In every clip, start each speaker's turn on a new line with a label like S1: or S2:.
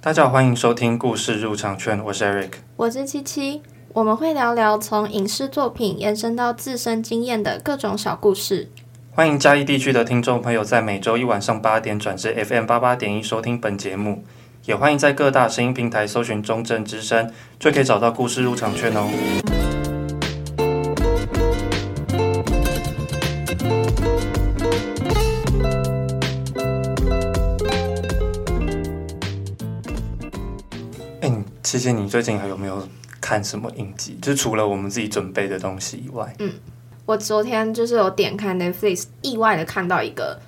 S1: 大家好，欢迎收听故事入场券，我是 Eric。
S2: 我是七七，我们会聊聊从影视作品延伸到自身经验的各种小故事。
S1: 欢迎嘉义地区的听众朋友在每周一晚上八点转至 FM 八八点一收听本节目，也欢迎在各大声音平台搜寻中正之声，就可以找到故事入场券哦。哎，你其实你最近还有没有看什么影集？就是除了我们自己准备的东西以外，
S2: 我昨天就是有点开 Netflix，意外的看到一个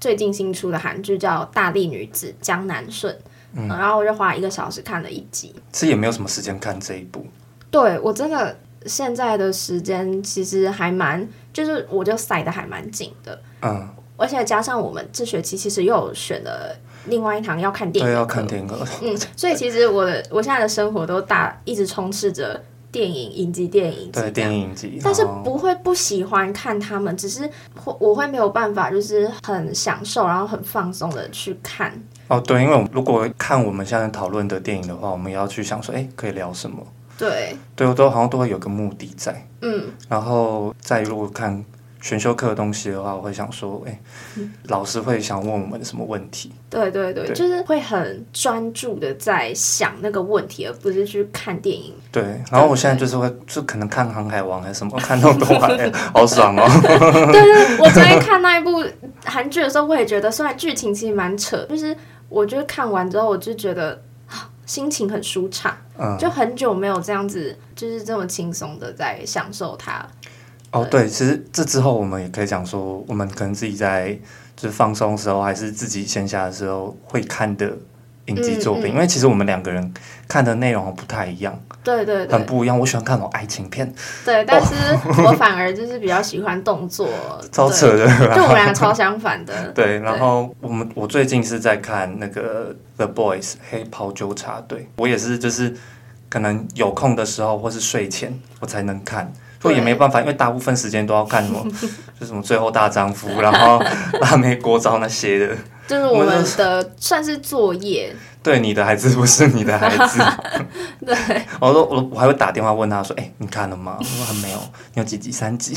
S2: 最近新出的韩剧叫《大力女子江南顺》，嗯然后我就花一个小时看了一集。
S1: 其实也没有什么时间看这一部。
S2: 对我真的现在的时间其实还蛮，就是我就塞的还蛮紧的，
S1: 嗯，
S2: 而且加上我们这学期其实又有选了另外一堂要看电影
S1: 对，
S2: 的
S1: 要
S2: 课
S1: 看电影了。
S2: 嗯， 所以其实我的我现在的生活都大一直充斥着电影、影集、电影、
S1: 对，电
S2: 影。
S1: 影集，
S2: 但是
S1: 然后
S2: 不会不喜欢看他们，只是会我会没有办法，就是很享受，然后很放松的去看。
S1: 哦，对，因为我们如果看我们现在讨论的电影的话，我们也要去想说，哎，可以聊什么？
S2: 对，
S1: 对，我都好像都会有个目的在。
S2: 嗯，
S1: 然后再如果看选修课的东西的话，我会想说，哎，
S2: 嗯
S1: 老师会想问我们什么问题？
S2: 对对对，
S1: 对
S2: 就是会很专注的在想那个问题，而不是去看电影。
S1: 对，然后我现在
S2: 对
S1: 就是会，就可能看《航海王》还是什么，看那么多 玩，哎好爽哦。
S2: 对对，我昨天看那一部韩剧的时候，我也觉得，虽然剧情其实蛮扯，就是我就是看完之后，我就觉得啊心情很舒畅。
S1: 嗯，
S2: 就很久没有这样子，就是这么轻松的在享受它。
S1: 哦，对，其实这之后我们也可以讲说，我们可能自己在就是放松的时候，还是自己闲暇的时候会看的影集
S2: 嗯
S1: 作品，因为其实我们两个人看的内容不太一样，
S2: 对对
S1: 很
S2: 对
S1: 不一样。我喜欢看那种爱情片，
S2: 对，但是我反而就是比较喜欢动作，
S1: 超
S2: 对
S1: 扯的。
S2: 就我们两个超相 反的。
S1: 对，然后我们我最近是在看那个《The Boys》黑袍纠察队，我也是就是可能有空的时候或是睡前我才能看，所以也
S2: 对
S1: 没办法，因为大部分时间都要看什么， 就什么《最后大丈夫》，然后 《辣妹国招》那些的。
S2: 就是我们的算是作业，
S1: 对你的孩子不是你的孩子，
S2: 对，
S1: 我说我我还会打电话问他说，哎、你看了吗？我说还没有，你有几集？三集。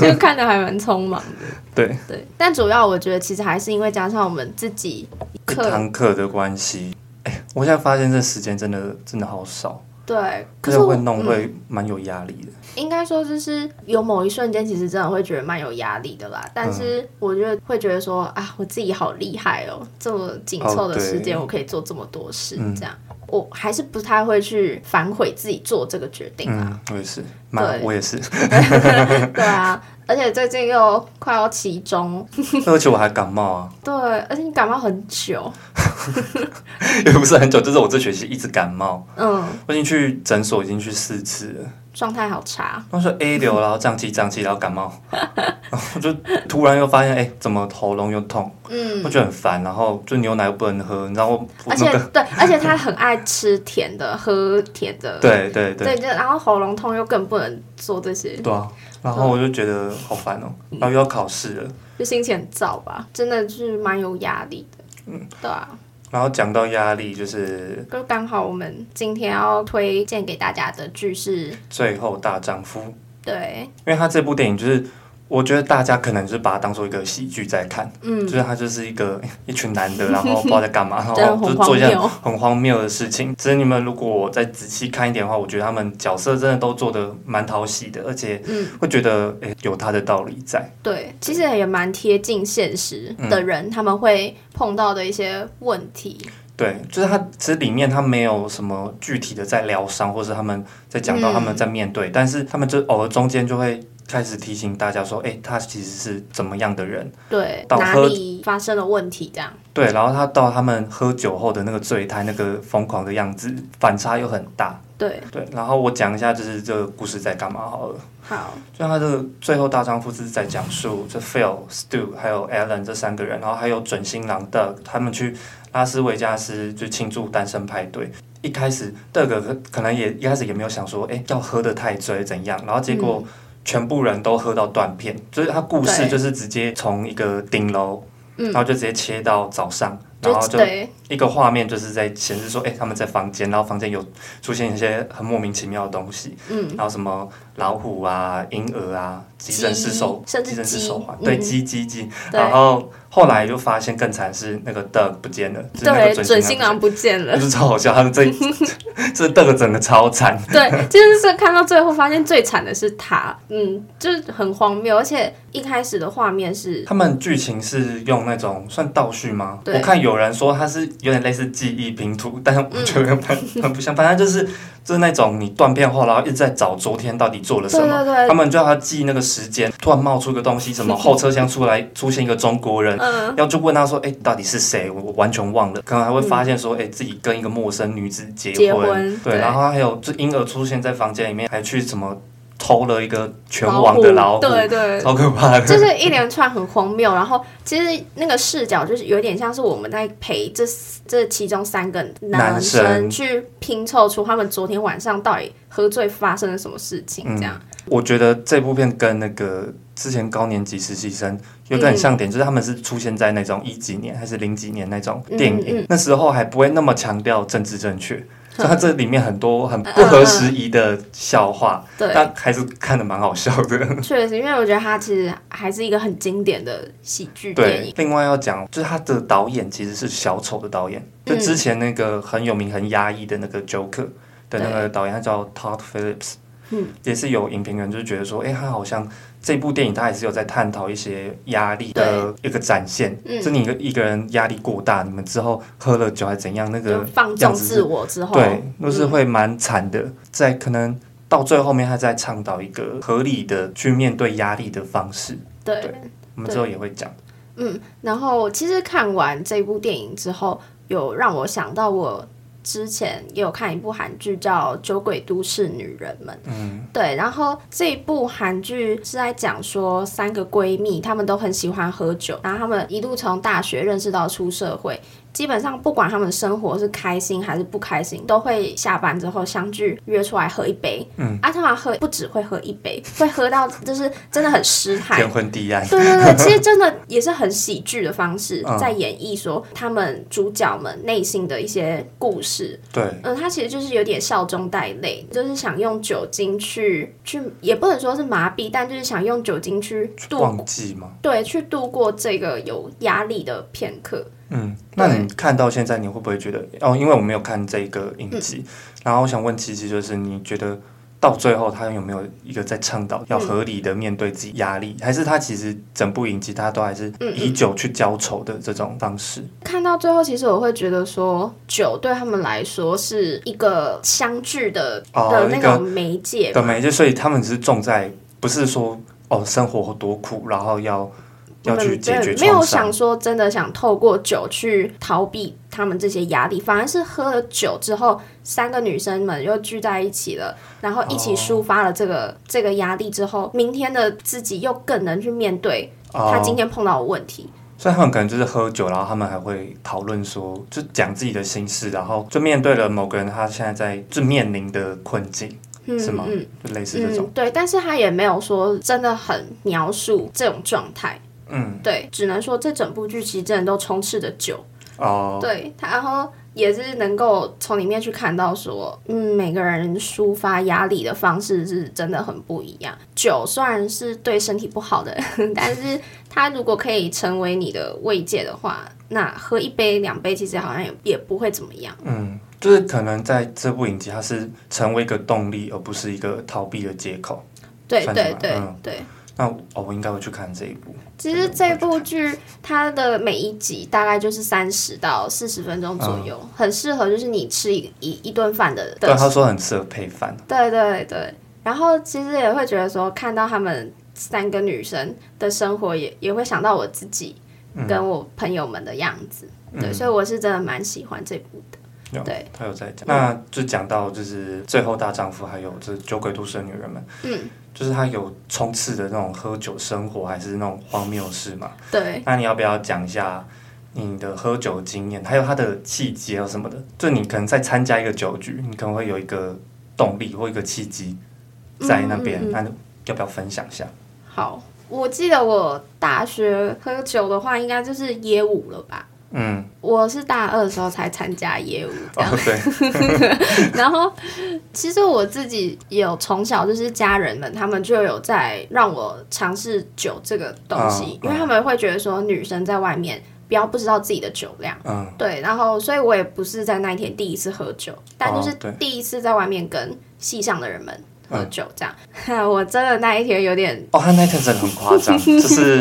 S2: 就看的还蛮匆忙的。
S1: 对，
S2: 对，但主要我觉得其实还是因为加上我们自己
S1: 一
S2: 课，
S1: 堂课的关系，哎、我现在发现这时间真的真的好少，
S2: 对，可
S1: 这
S2: 是
S1: 个
S2: 我
S1: 会弄
S2: 嗯
S1: 会蛮有压力的。
S2: 应该说就是有某一瞬间，其实真的会觉得蛮有压力的啦。但
S1: 嗯
S2: 是我觉得会觉得说啊，我自己好厉害哦，这么紧凑
S1: 哦
S2: 的
S1: 对
S2: 时间，我可以做这么多事，
S1: 嗯
S2: 这样我还是不太会去反悔自己做这个决定啊。
S1: 嗯，我也是，蛮
S2: 对
S1: 我也是，嗯
S2: 对啊，而且最近又快要期中，
S1: 而且我还感冒啊，
S2: 对，而且你感冒很久，
S1: 也不是很久，就是我这学期一直感冒，
S2: 嗯，
S1: 我已经去诊所已经去四次了。
S2: 状态好差。
S1: 他说哎 A 流，然后胀气胀气，然后感冒， 然后就突然又发现，哎、怎么喉咙又痛？
S2: 嗯
S1: 我，觉得很烦，然后就牛奶又不能喝，你知道我我那
S2: 而且
S1: 个
S2: 对，而且他很爱吃甜的，喝甜的，
S1: 对对对
S2: 对，就然后喉咙痛又更不能做这些。
S1: 对啊，然后我就觉得好烦哦、
S2: 嗯
S1: 然后又要考试了，
S2: 就心情很燥吧，真的是蛮有压力的。嗯，对啊，
S1: 然后讲到压力，就是
S2: 就刚好我们今天要推荐给大家的剧是，
S1: 最后大丈夫，因
S2: 对，
S1: 为他这部电影就是。我觉得大家可能是把它当做一个喜剧在看，
S2: 嗯
S1: 就，是他就是一个 一群男的，然 后不知道在干嘛，然后
S2: 真的
S1: 就
S2: 很
S1: 做
S2: 荒
S1: 一件
S2: 谬。
S1: 很荒谬的事情。其实你们如果再仔细看一点的话，我觉得他们角色真的都做的蛮讨喜的，而且
S2: 嗯，
S1: 会觉得诶、有他的道理在。
S2: 对，其实也蛮贴近现实的人，他们会碰到的一些问题。
S1: 对，就是他其实里面他没有什么具体的在疗伤，或是他们在讲到他们在面对，但是他们就偶尔中间就会开始提醒大家说，诶，他其实是怎么样的人。
S2: 对，
S1: 到
S2: 哪
S1: 喝
S2: 里发生了问题？这样，
S1: 对，然后他到他们喝酒后的那个醉态、那个疯狂的样子，反差又很大。
S2: 对，
S1: 对，然后我讲一下，就是这个故事在干嘛好了。
S2: 好，
S1: 就他的最后大丈夫是在讲述这 Phil、Stu 还有 Alan 这三个人，然后还有准新郎 Doug 他们去拉斯维加斯就庆祝单身派对。一开始 Doug 可可能也一开始也没有想说，哎、要喝得太醉怎样，然后结
S2: 嗯
S1: 果全部人都喝到断片，就是他故事
S2: 对
S1: 就是直接从一个顶楼，
S2: 嗯
S1: 然后就直接切到早上，然
S2: 就
S1: 后
S2: 是
S1: 就
S2: 对，
S1: 一个画面就是在显示说，哎、他们在房间，然后房间有出现一些很莫名其妙的东西，
S2: 嗯，
S1: 然后什么老虎啊、婴儿啊、急诊室手，
S2: 鸡甚至
S1: 急诊室
S2: 鸡
S1: 手环，
S2: 嗯
S1: 对，鸡鸡鸡。
S2: 对
S1: 然后后来就发现更惨是那个 Doug 不见了，就是那
S2: 对，
S1: 个
S2: 准
S1: 准
S2: 新
S1: 新
S2: 郎
S1: 郎
S2: 不见
S1: 不
S2: 了
S1: 见了，，就是超好笑，他们这这 Doug 整个超惨，
S2: 对，就是看到最后发现最惨的是他，嗯，就是很荒谬，而且一开始的画面是，
S1: 他们剧情是用那种算倒叙吗？
S2: 对
S1: 我看有人说它是有点类似记忆拼图，但我觉
S2: 嗯
S1: 得很很不像。反正就是就是那种你断片后，然后一直在找昨天到底做了
S2: 对
S1: 什么。
S2: 对
S1: 他
S2: 对，
S1: 们就要记那个时间，突然冒出个东西，什 么后车厢出来出现一个中国人，
S2: 嗯，
S1: 然后就问他说：“哎、到底是谁？我我完全忘了。”可能还会发现说：“哎、自己跟一个陌生女子结
S2: 结婚
S1: 对，
S2: 对
S1: 然后还有就婴儿出现在房间里面，还去什么偷了一个拳王的老虎，
S2: 对 对，
S1: 超可怕的。
S2: 就是一连串很荒谬，然后其实那个视角就是有点像是我们在陪这这其中三个男
S1: 男
S2: 生
S1: 生
S2: 去拼凑出他们昨天晚上到底喝醉发生了什么事情，
S1: 嗯
S2: 这样、
S1: 我觉得这部片跟那个之前高年级实习生有
S2: 嗯
S1: 点像点，就是他们是出现在那种一几年还是零几年那种电影，
S2: 嗯嗯
S1: 那时候还不会那么强调政治正确，所以它这里面很多很
S2: 嗯
S1: 不合时宜的笑话，
S2: 对，
S1: 但还是看的蛮好笑的。
S2: 确实，因为我觉得它其实还是一个很经典的喜剧电
S1: 对
S2: 影，，
S1: 另外要讲就是他的导演其实是小丑的导演，就
S2: 嗯
S1: 之前那个很有名很压抑的那个 Joker 的那个导演，他叫 Todd Phillips，
S2: 嗯，
S1: 也是有影评人就是觉得说，哎、他好像这部电影他也是有在探讨一些压力的一个展现，
S2: 嗯
S1: 是你一个一个人压力过大，你们之后喝了酒还怎样，那
S2: 就
S1: 个
S2: 放纵
S1: 样子是
S2: 自我之后，
S1: 对，都是会蛮惨的，在可能。到最后面，他在倡导一个合理的去面对压力的方式，
S2: 对。
S1: 对我们之后也会讲。
S2: 嗯，然后其实看完这部电影之后，有让我想到我之前也有看一部韩剧叫《酒鬼都市女人们》。嗯，对。然后这一部韩剧是在讲说三个闺蜜，她们都很喜欢喝酒，然后她们一路从大学认识到出社会。基本上不管她们生活是开心还是不开心，都会下班之后相聚约出来喝一杯。嗯，啊，通常喝不只会喝一杯，会喝到就是真的很失态，
S1: 天昏地暗，
S2: 对对对，其实真的也是很喜剧的方式，
S1: 哎嗯
S2: 在演绎说他们主角们内心的一些故事。
S1: 对，
S2: 嗯，他其实就是有点笑中带泪，就是想用酒精去去，也不能说是麻痹，但就是想用酒精去度
S1: 忘记吗？
S2: 对去度过这个有压力的片刻。
S1: 嗯，那你看到现在，你会不会觉得哦？因为我没有看这个影集，
S2: 嗯
S1: 然后我想问琪琪，就是你觉得到最后他有没有一个在倡导要合理的面对自己压力，还是他其实整部影集他都还是以酒去浇愁的这种方式？
S2: 看到最后，其实我会觉得说，酒对他们来说是一个相聚的、
S1: 哦
S2: 的
S1: 一
S2: 那
S1: 个
S2: 种媒介
S1: 对没？就所以他们只是重在不是说哦生活多苦，然后要要去解决
S2: 对没有
S1: 创伤
S2: 想。说真的想透过酒去逃避他们这些压力，反而是喝了酒之后，三个女生们又聚在一起了，然后一起抒发了这个、这个压力之后，明天的自己又更能去面对他今
S1: 哦，
S2: 天碰到的问题。
S1: 所以他们可能就是喝酒，然后他们还会讨论说，就讲自己的心事，然后就面对了某个人他现在在就面临的困境。
S2: 嗯
S1: 是吗
S2: 嗯
S1: 就类似这种。
S2: 嗯，对，但是他也没有说真的很描述这种状态。
S1: 嗯，
S2: 对，只能说这整部剧其实真的都充斥着酒。
S1: 哦，
S2: 对，他然后也是能够从里面去看到说，嗯，每个人抒发压力的方式是真的很不一样。酒虽然是对身体不好的， 但是它如果可以成为你的慰藉的话，那喝一杯两杯其实好像也也不会怎么样。
S1: 嗯，就是可能在这部影集，它是成为一个动力，而不是一个逃避的借口。
S2: 对
S1: 算是
S2: 对
S1: 吧
S2: 对、
S1: 嗯
S2: 对。
S1: 那我哦，我应该会去看这一部。
S2: 其实这部剧它的每一集大概就是三十到四十分钟左右，很适合就是你吃一一一顿饭的的
S1: 嗯对，他说很适合配饭。
S2: 对对对，然后其实也会觉得说，看到他们三个女生的生活也，也会想到我自己跟我朋友们的样子。对，所以我是真的蛮喜欢这部的。
S1: 有
S2: 对，
S1: 他有在讲。那就讲到就是最后大丈夫，还有就是酒鬼都市的女人们。嗯，就是他有冲刺的那种喝酒生活，还是那种荒谬事嘛？
S2: 对，
S1: 那你要不要讲一下你的喝酒经验，还有它的契机还啊有什么的？就你可能在参加一个酒局，你可能会有一个动力或一个契机在那边，
S2: 嗯
S1: 那你要不要分享一下？
S2: 好，我记得我大学喝酒的话，应该就是耶舞了吧？
S1: 嗯，
S2: 我是大二的时候才参加业务这
S1: 哦
S2: 样，
S1: 对，
S2: 然后其实我自己有从小就是家人们他们就有在让我尝试酒这个东西
S1: 嗯，
S2: 因为他们会觉得说女生在外面不要不知道自己的酒量。
S1: 嗯
S2: 对，然后所以我也不是在那一天第一次喝酒，但就
S1: 哦
S2: 是
S1: 对嗯
S2: 第一次在外面跟系上的人们喝酒这样。我真的那一天有点，
S1: 哦，他那天真的很夸 张，就是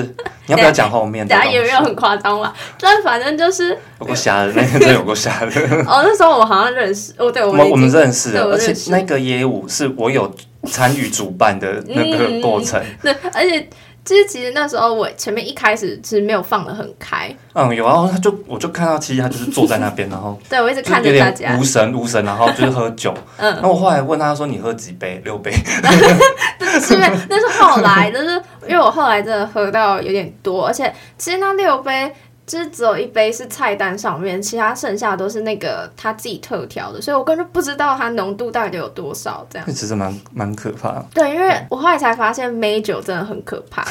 S1: 你要不要讲后面的
S2: 大
S1: 东
S2: 家
S1: 西？
S2: 也没有很夸张啦，但反正 就是，
S1: 有够瞎的，那天真的有够瞎的。
S2: 哦，那时候我好像认识，哦，对，
S1: 我
S2: 我
S1: 们
S2: 们
S1: 我
S2: 我
S1: 们认识
S2: 对
S1: 了，
S2: 我
S1: 而
S2: 认
S1: 且
S2: 识
S1: 那个业务是我有参与主办的那个过程，
S2: 对，而且就是其实那时候我前面一开始其实没有放的很开，
S1: 嗯，有啊，他就我就看到，其实他就是坐在那边，然后
S2: 对我一直
S1: 就是
S2: 看
S1: 有
S2: 着大
S1: 点
S2: 家，
S1: 无神无神，然后就是喝酒。
S2: 嗯，
S1: 那我后来问他说：“你喝几杯？六 杯
S2: 是不是？那是后来，就是因为我后来真的喝到有点多，而且其实那六杯。就是只有一杯是菜单上面，其他剩下都是那个他自己特调的，所以我根本就不知道它浓度到底有多少这？”样。
S1: 那其实蛮蛮可怕的。
S2: 对，因为我后来才发现美酒真的很可 怕。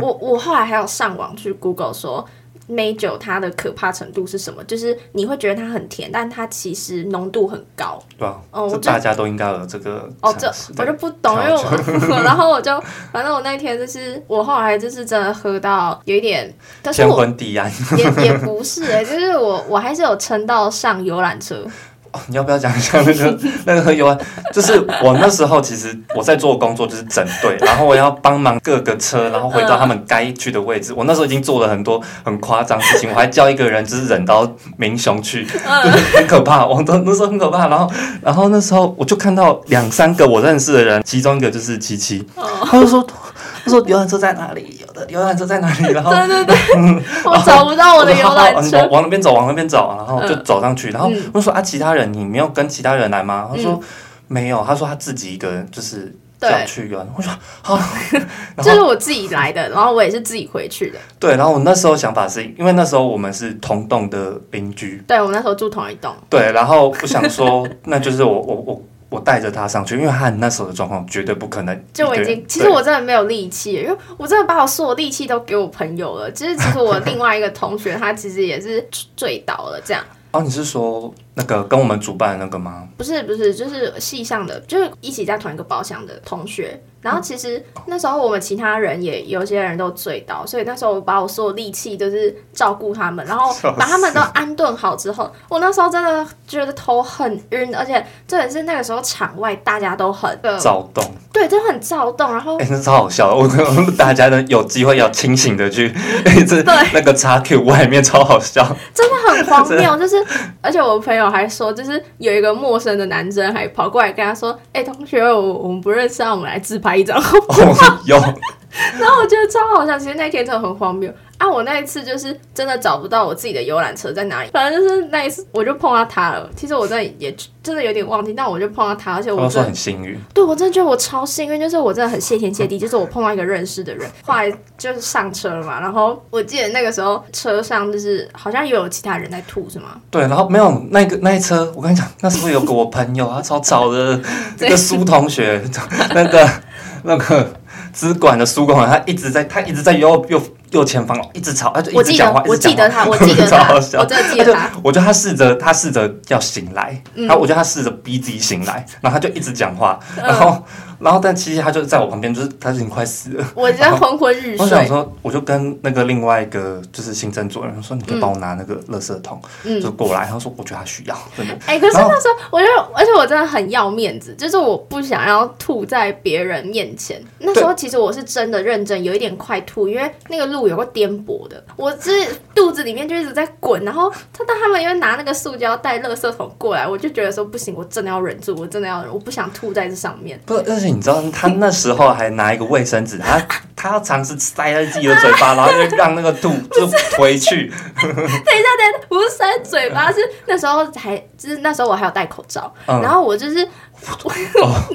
S2: 我我后来还有上网去 Google 说美酒它的可怕程度是什么，就是你会觉得它很甜，但它其实浓度很高。
S1: 对吧？
S2: 哦
S1: 这
S2: 我就
S1: 大家都应该有这个
S2: 哦，这
S1: 常识
S2: 我
S1: 对
S2: 就不懂，因为我 然后我就反正我那天就是我后来就是真的喝到有一点，但是
S1: 天
S2: 我
S1: 昏地暗。
S2: 也 也不是哎、就是我我还是有撑到上游览 车。
S1: 哦，你要不要讲一下那 个那个有啊？就是我那时候其实我在做工作，就是整队，然后我要帮忙各个车，然后回到他们该去的位置。我那时候已经做了很多很夸张的事情，我还叫一个人就是忍到民雄去，
S2: 嗯
S1: 对很可怕。我都那时候很可怕。然后然后那时候我就看到两三个我认识的人，其中一个就是七七，
S2: 哦
S1: 他就说他说游览车在哪里？有的游览车在哪里？然后
S2: 对对对，我找不到我的游览
S1: 往
S2: 车。
S1: 往那边走，往那边走，然后就
S2: 嗯
S1: 走上去，然后
S2: 嗯
S1: 我说啊，其他人你没有跟其他人来吗？他说、
S2: 嗯
S1: 没有，他说他自己一个人就是
S2: 对
S1: 要去游览。我说好，然
S2: 这
S1: 后
S2: 是我自己来的，然后我也是自己回去的。
S1: 对，然后我那时候想法是因为那时候我们是同栋的邻居，
S2: 对，我们那时候住同一栋。
S1: 对，然后我想 说那就是我我我我带着他上去，因为他那时候的状况绝对不可能
S2: 就我
S1: 一
S2: 已
S1: 个
S2: 经
S1: 人，
S2: 其实
S1: 对
S2: 我真的没有力气，欸因为我真的把我所有力气都给我朋友了。就是其实我另外一个同学，他其实也是醉倒了，这样
S1: 哦，你是说那个跟我们主办的那个吗？
S2: 不是不是，就是系上的，就是一起在同一个包厢的同学。然后其实那时候我们其他人也有些人都醉倒，所以那时候我把我所有力气都是照顾他们，然后把他们都安顿好之后，我那时候真的觉得头很晕，而且重点是那个时候场外大家都很
S1: 躁动，
S2: 对，真的很躁动，然后
S1: 哎、那超好笑的！我我们大家呢有机会要清醒的去， 哎，这
S2: 对
S1: 那个叉 Q 外面超好 笑。
S2: 真的很荒谬，就是，而且我朋友还说，就是有一个陌生的男生还跑过来跟他说：“哎、同学，我我们不认识啊，我们来自拍一张。
S1: 哦，有，”
S2: 然后我觉得超好笑，其实那天真的很荒谬啊！我那一次就是真的找不到我自己的游览车在哪里，反正就是那一次我就碰到他了。其实我真的也真的有点忘记，但我就碰到他，而且
S1: 他
S2: 我
S1: 们
S2: 真
S1: 说
S2: 的
S1: 很幸运。
S2: 对我真的觉得我超幸运，就是我真的很谢天谢地，就是我碰到一个认识的人，后来就是上车了嘛。然后我记得那个时候车上就是好像也有其他人在吐，是吗？
S1: 对，然后没有那个那一车，我跟你讲，那时候有个我朋友，他超吵 的，那个苏同学， 那个那个资管的苏管，他一直在他一直在右右右前方一直吵，他就
S2: 我
S1: 一直
S2: 记
S1: 讲话
S2: 得，，我
S1: 一直
S2: 记
S1: 讲话
S2: 得他，我记 得
S1: 超
S2: 他，
S1: 好
S2: 我
S1: 笑
S2: 真的记
S1: 他
S2: 得
S1: 就
S2: 他。
S1: 我觉得他试着他试着要醒来，
S2: 嗯
S1: 然后我觉得他试着逼自己醒来，然后他就一直讲话，然后然后但其实他就在我旁边，就是他已经快死了。
S2: 我真的昏昏欲
S1: 哦我想
S2: 睡。
S1: 说，我就跟那个另外一个就是行政主任说，你可以帮我拿那个垃圾桶，
S2: 嗯
S1: 就，过来。他说我觉得他需要，真的。
S2: 哎、可是
S1: 然后
S2: 那时候我就，而且我真的很要面子，就是我不想要吐在别人面前。那时候其实我是真的认真，有一点快吐，因为那个路有个颠簸的，我是肚子里面就一直在滚。然后他但他们因为拿那个塑胶袋、垃圾桶过来，我就觉得说不行，我真的要忍住，我真的要忍，我不想吐在这上面。
S1: 不是，而且你知道，他那时候还拿一个卫生纸，他他要尝试塞在自己的嘴巴，然后就让那个吐就回去。
S2: 不是塞 嘴巴，是那时候还，就是那时候我还有戴口罩，
S1: 嗯 哦
S2: 然后我就是，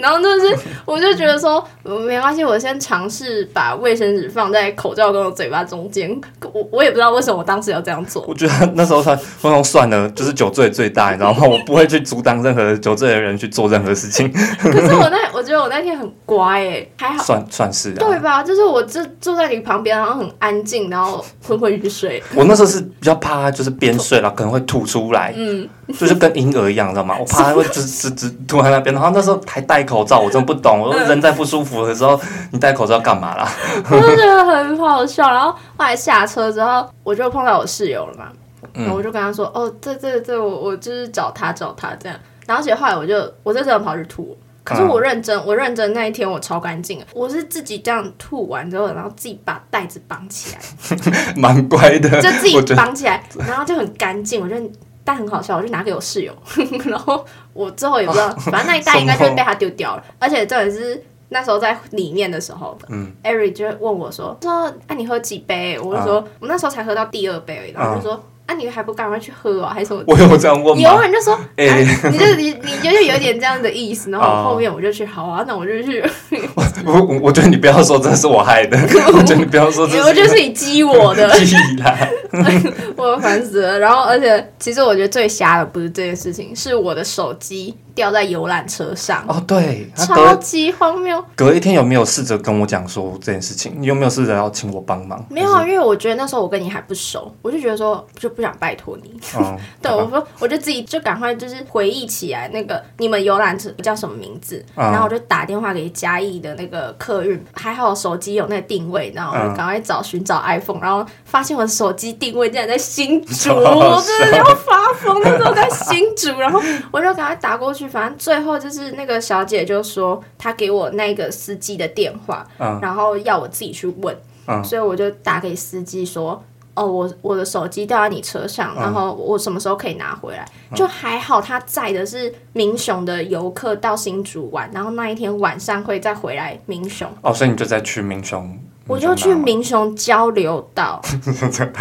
S2: 然后就是我就觉得说呃没关系，我先尝试把卫生纸放在口罩跟我嘴巴中间，我我也不知道为什么我当时要这样做。
S1: 我觉得那时候算，我说算了，就是酒醉最大，你知道 吗？我不会去阻挡任何酒醉的人去
S2: 啊
S1: 做任何事情，
S2: 可是我那我觉得我那天很乖诶、还好
S1: 算算是啊。
S2: 对吧？就是我我就坐在你旁边，然后很安静，然后昏昏欲睡。
S1: 我那时候是比较怕，就是边睡了可能会吐出来，
S2: 嗯，
S1: 就是跟婴儿一样，知 道吗？我怕它会直直直吐在那边。然后那时候还戴口罩，我真的不
S2: 嗯
S1: 懂，我说人在不舒服的时候，你戴口罩干嘛 啦？
S2: 我就觉得很好笑。然后后来下车之后，我就碰到我室友了嘛，然后我就跟他说：“哦，这这这，我我就是找他找他这样。”然后结果后来我就我就真的跑去吐，可是我认真，我认真那一天我超干净的，我是自己这样吐完之后，然后自己把袋子绑起来，
S1: 蛮乖 的，
S2: 就自
S1: 我觉
S2: 己
S1: 得
S2: 绑起来，然后就很干净。我觉得但很好笑，我就拿给我室友， 然后我之后也不
S1: 哦
S2: 知道，反正那一袋应该就会被他丢掉了。而且重点是那时候在里面的时候，嗯，Eric 就问我说：“说哎、你喝几杯？”我就说：“我那时候才喝到第二杯而已。”然后就说：“啊，你还不赶快去喝哦，还是什么？”
S1: 我有这样问
S2: 你
S1: 吗？
S2: 永远就说，啊
S1: 哎
S2: 你就你你就是有点这样的意思，然后
S1: 哦
S2: 后面我就去，好啊，那我就去，
S1: 我我我觉得你不要说这是我害 的，我觉得你不要说这
S2: 我就是你激我的，
S1: 记忆啦。
S2: 我烦死了。然后，而且其实我觉得最瞎的不是这件事情，是我的手机掉在游览车上，
S1: 哦，对，他
S2: 超
S1: 隔
S2: 级荒谬。
S1: 隔一天有没有试着跟我讲说这件事情？你有没有试着要请我帮 忙？
S2: 没有，啊，因为我觉得那时候我跟你还不熟，我就觉得说就不想拜托你。
S1: 还是，嗯，
S2: 对，
S1: 好吧
S2: 我说我就自己就赶快就是回忆起来那个你们游览车叫什么名字，
S1: 嗯
S2: 然后我就打电话给嘉义的那个客运，还好手机有那个定位，然后
S1: 啊
S2: 我就赶快找寻找 iPhone，然后发现我的手机定位竟然在新 竹，
S1: 好好笑
S2: 我真的要发疯，那时候在新竹，然后我就赶快打过去，反正最后就是那个小姐就说她给我那个司机的电话，
S1: 嗯
S2: 然后要我自己去问，
S1: 嗯
S2: 所以我就打给司机说。哦，我我的手机掉在你车上，然后我什么时候可以拿回来？就还好他载的是民雄的游客到新竹玩，然后那一天晚上会再回来民雄，
S1: 哦，所以你就在去民雄，
S2: 我就去
S1: 民
S2: 民雄交流道。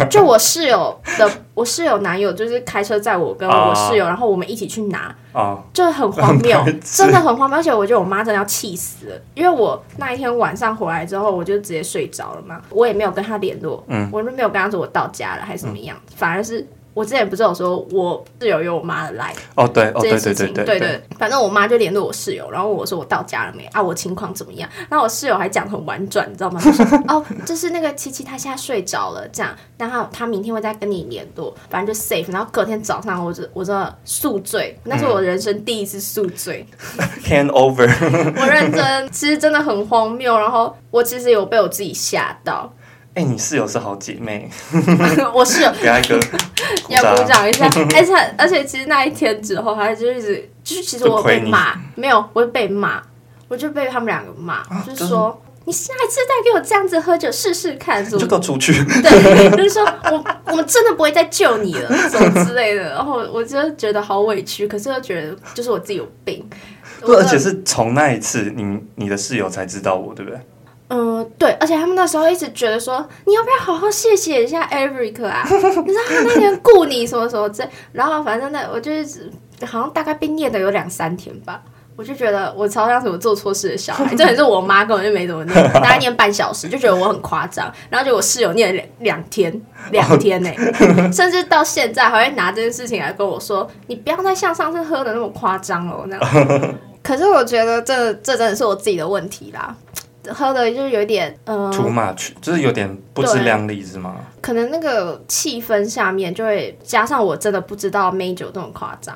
S2: 就我室友的，我室友男友就是开车载我跟我室友，然后我们一起去拿，
S1: 雄吧哦，
S2: 就很荒谬
S1: 很白，痴
S2: 真的很荒谬。而且我觉得我妈真的要气死了，因为我那一天晚上回来之后，我就直接睡着了嘛，我也没有跟她联络，嗯，我就没有跟她说我到家了还是怎么样，反而是。我之前不是有说我室友有我妈的来
S1: 哦对，哦对
S2: 这件
S1: 对
S2: 事
S1: 对
S2: 情，
S1: 对
S2: 对，反正我妈就联络我室友，然后我说我到家了没啊，我情况怎么样？然后我室友还讲很婉转，你知道吗？就 说哦，就是那个琪琪她现在睡着了，这样，然后她明天会再跟你联络，反正就 safe。然后隔天早上我就我真的宿醉，那是我人生第一次宿醉，
S1: hand over，
S2: 我认真，其实真的很荒谬。然后我其实有被我自己吓 到，
S1: 哎，你室友是好姐妹，
S2: 我室友
S1: 给她一 个
S2: 要鼓
S1: 鼓掌，
S2: 掌 一下，而且而且其实那一天之后，他就一直就是其实我有被骂，没有，我会被骂，我就被他们两个骂，
S1: 啊
S2: 就是说你下一次再给我这样子喝酒试试看，什
S1: 你就
S2: 么
S1: 给我出 去，
S2: 对，就是说我我们真的不会再救你了，什么之类的。然后我就觉得好委屈，可是又觉得就是我自己有病，
S1: 不，
S2: 我
S1: 而
S2: 真的
S1: 且是从那一次，你你的室友才知道我，对不对？
S2: 嗯，对，而且他们那时候一直觉得说，你要不要好好谢谢一下 Eric 啊？你知道他那天雇你什么什么之类，然后反正那我就一直好像大概被念的有两三天吧，我就觉得我超像什么做错事的小孩，这也是我妈根本就没怎么念，大概念半小时就觉得我很夸张，然后就我室友念了两两天，两天呢、 甚至到现在还会拿这件事情来跟我说，你不要再像上次喝的那么夸张了，那样。可是我觉得这这真的是我自己的问题啦，喝的就是有点嗯、
S1: too much，就是有点不自量力是吗？
S2: 可能那个气氛下面就会加上我真的不知道美酒这么夸张，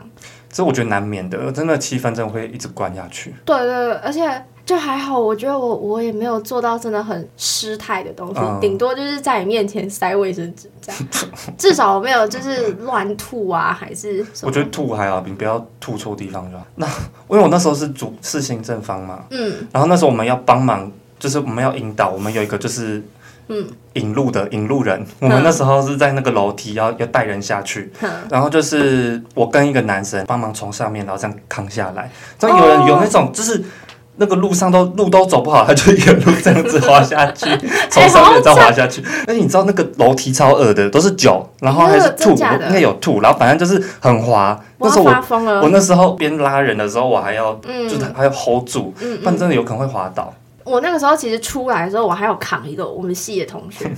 S1: 这我觉得难免的，真的气氛真的会一直灌下去。
S2: 对对对，而且。就还好，我觉得我我也没有做到真的很失态的东西
S1: 嗯，
S2: 顶、多就是在你面前塞卫生纸这 样，至少我没有就是乱吐啊，还是什么。
S1: 我觉得吐还好，你不要吐错地方就好。那 因为我那时候是主事情正方嘛，
S2: 嗯，
S1: 然后那时候我们要帮忙，就是我们要引导，我们有一个就是
S2: 嗯
S1: 引路的引路人。我们那时候是在那个楼梯要要带人下去，
S2: 哼
S1: 然后就是我跟一个男生帮忙从上面，然后这样扛下来。这样有人
S2: 哦
S1: 有那种就是。那个路上都路都走不好，他就沿路这样子滑下 去，从上面再
S2: 哎
S1: 滑下去。而且你知道那个楼梯超恶的，都是酒，然后还是
S2: 呃
S1: 吐，
S2: 真假的
S1: 那有吐，然后反正就是很滑。
S2: 我
S1: 那
S2: 要
S1: 时候我
S2: 发疯了。
S1: 我那时候边拉人的时候，我还要
S2: 嗯
S1: 就是还要 hold 住，
S2: 嗯
S1: 不然
S2: 嗯，
S1: 真的有可能会滑倒。
S2: 我那个时候其实出来的时候，我还有扛一个我们系的同学。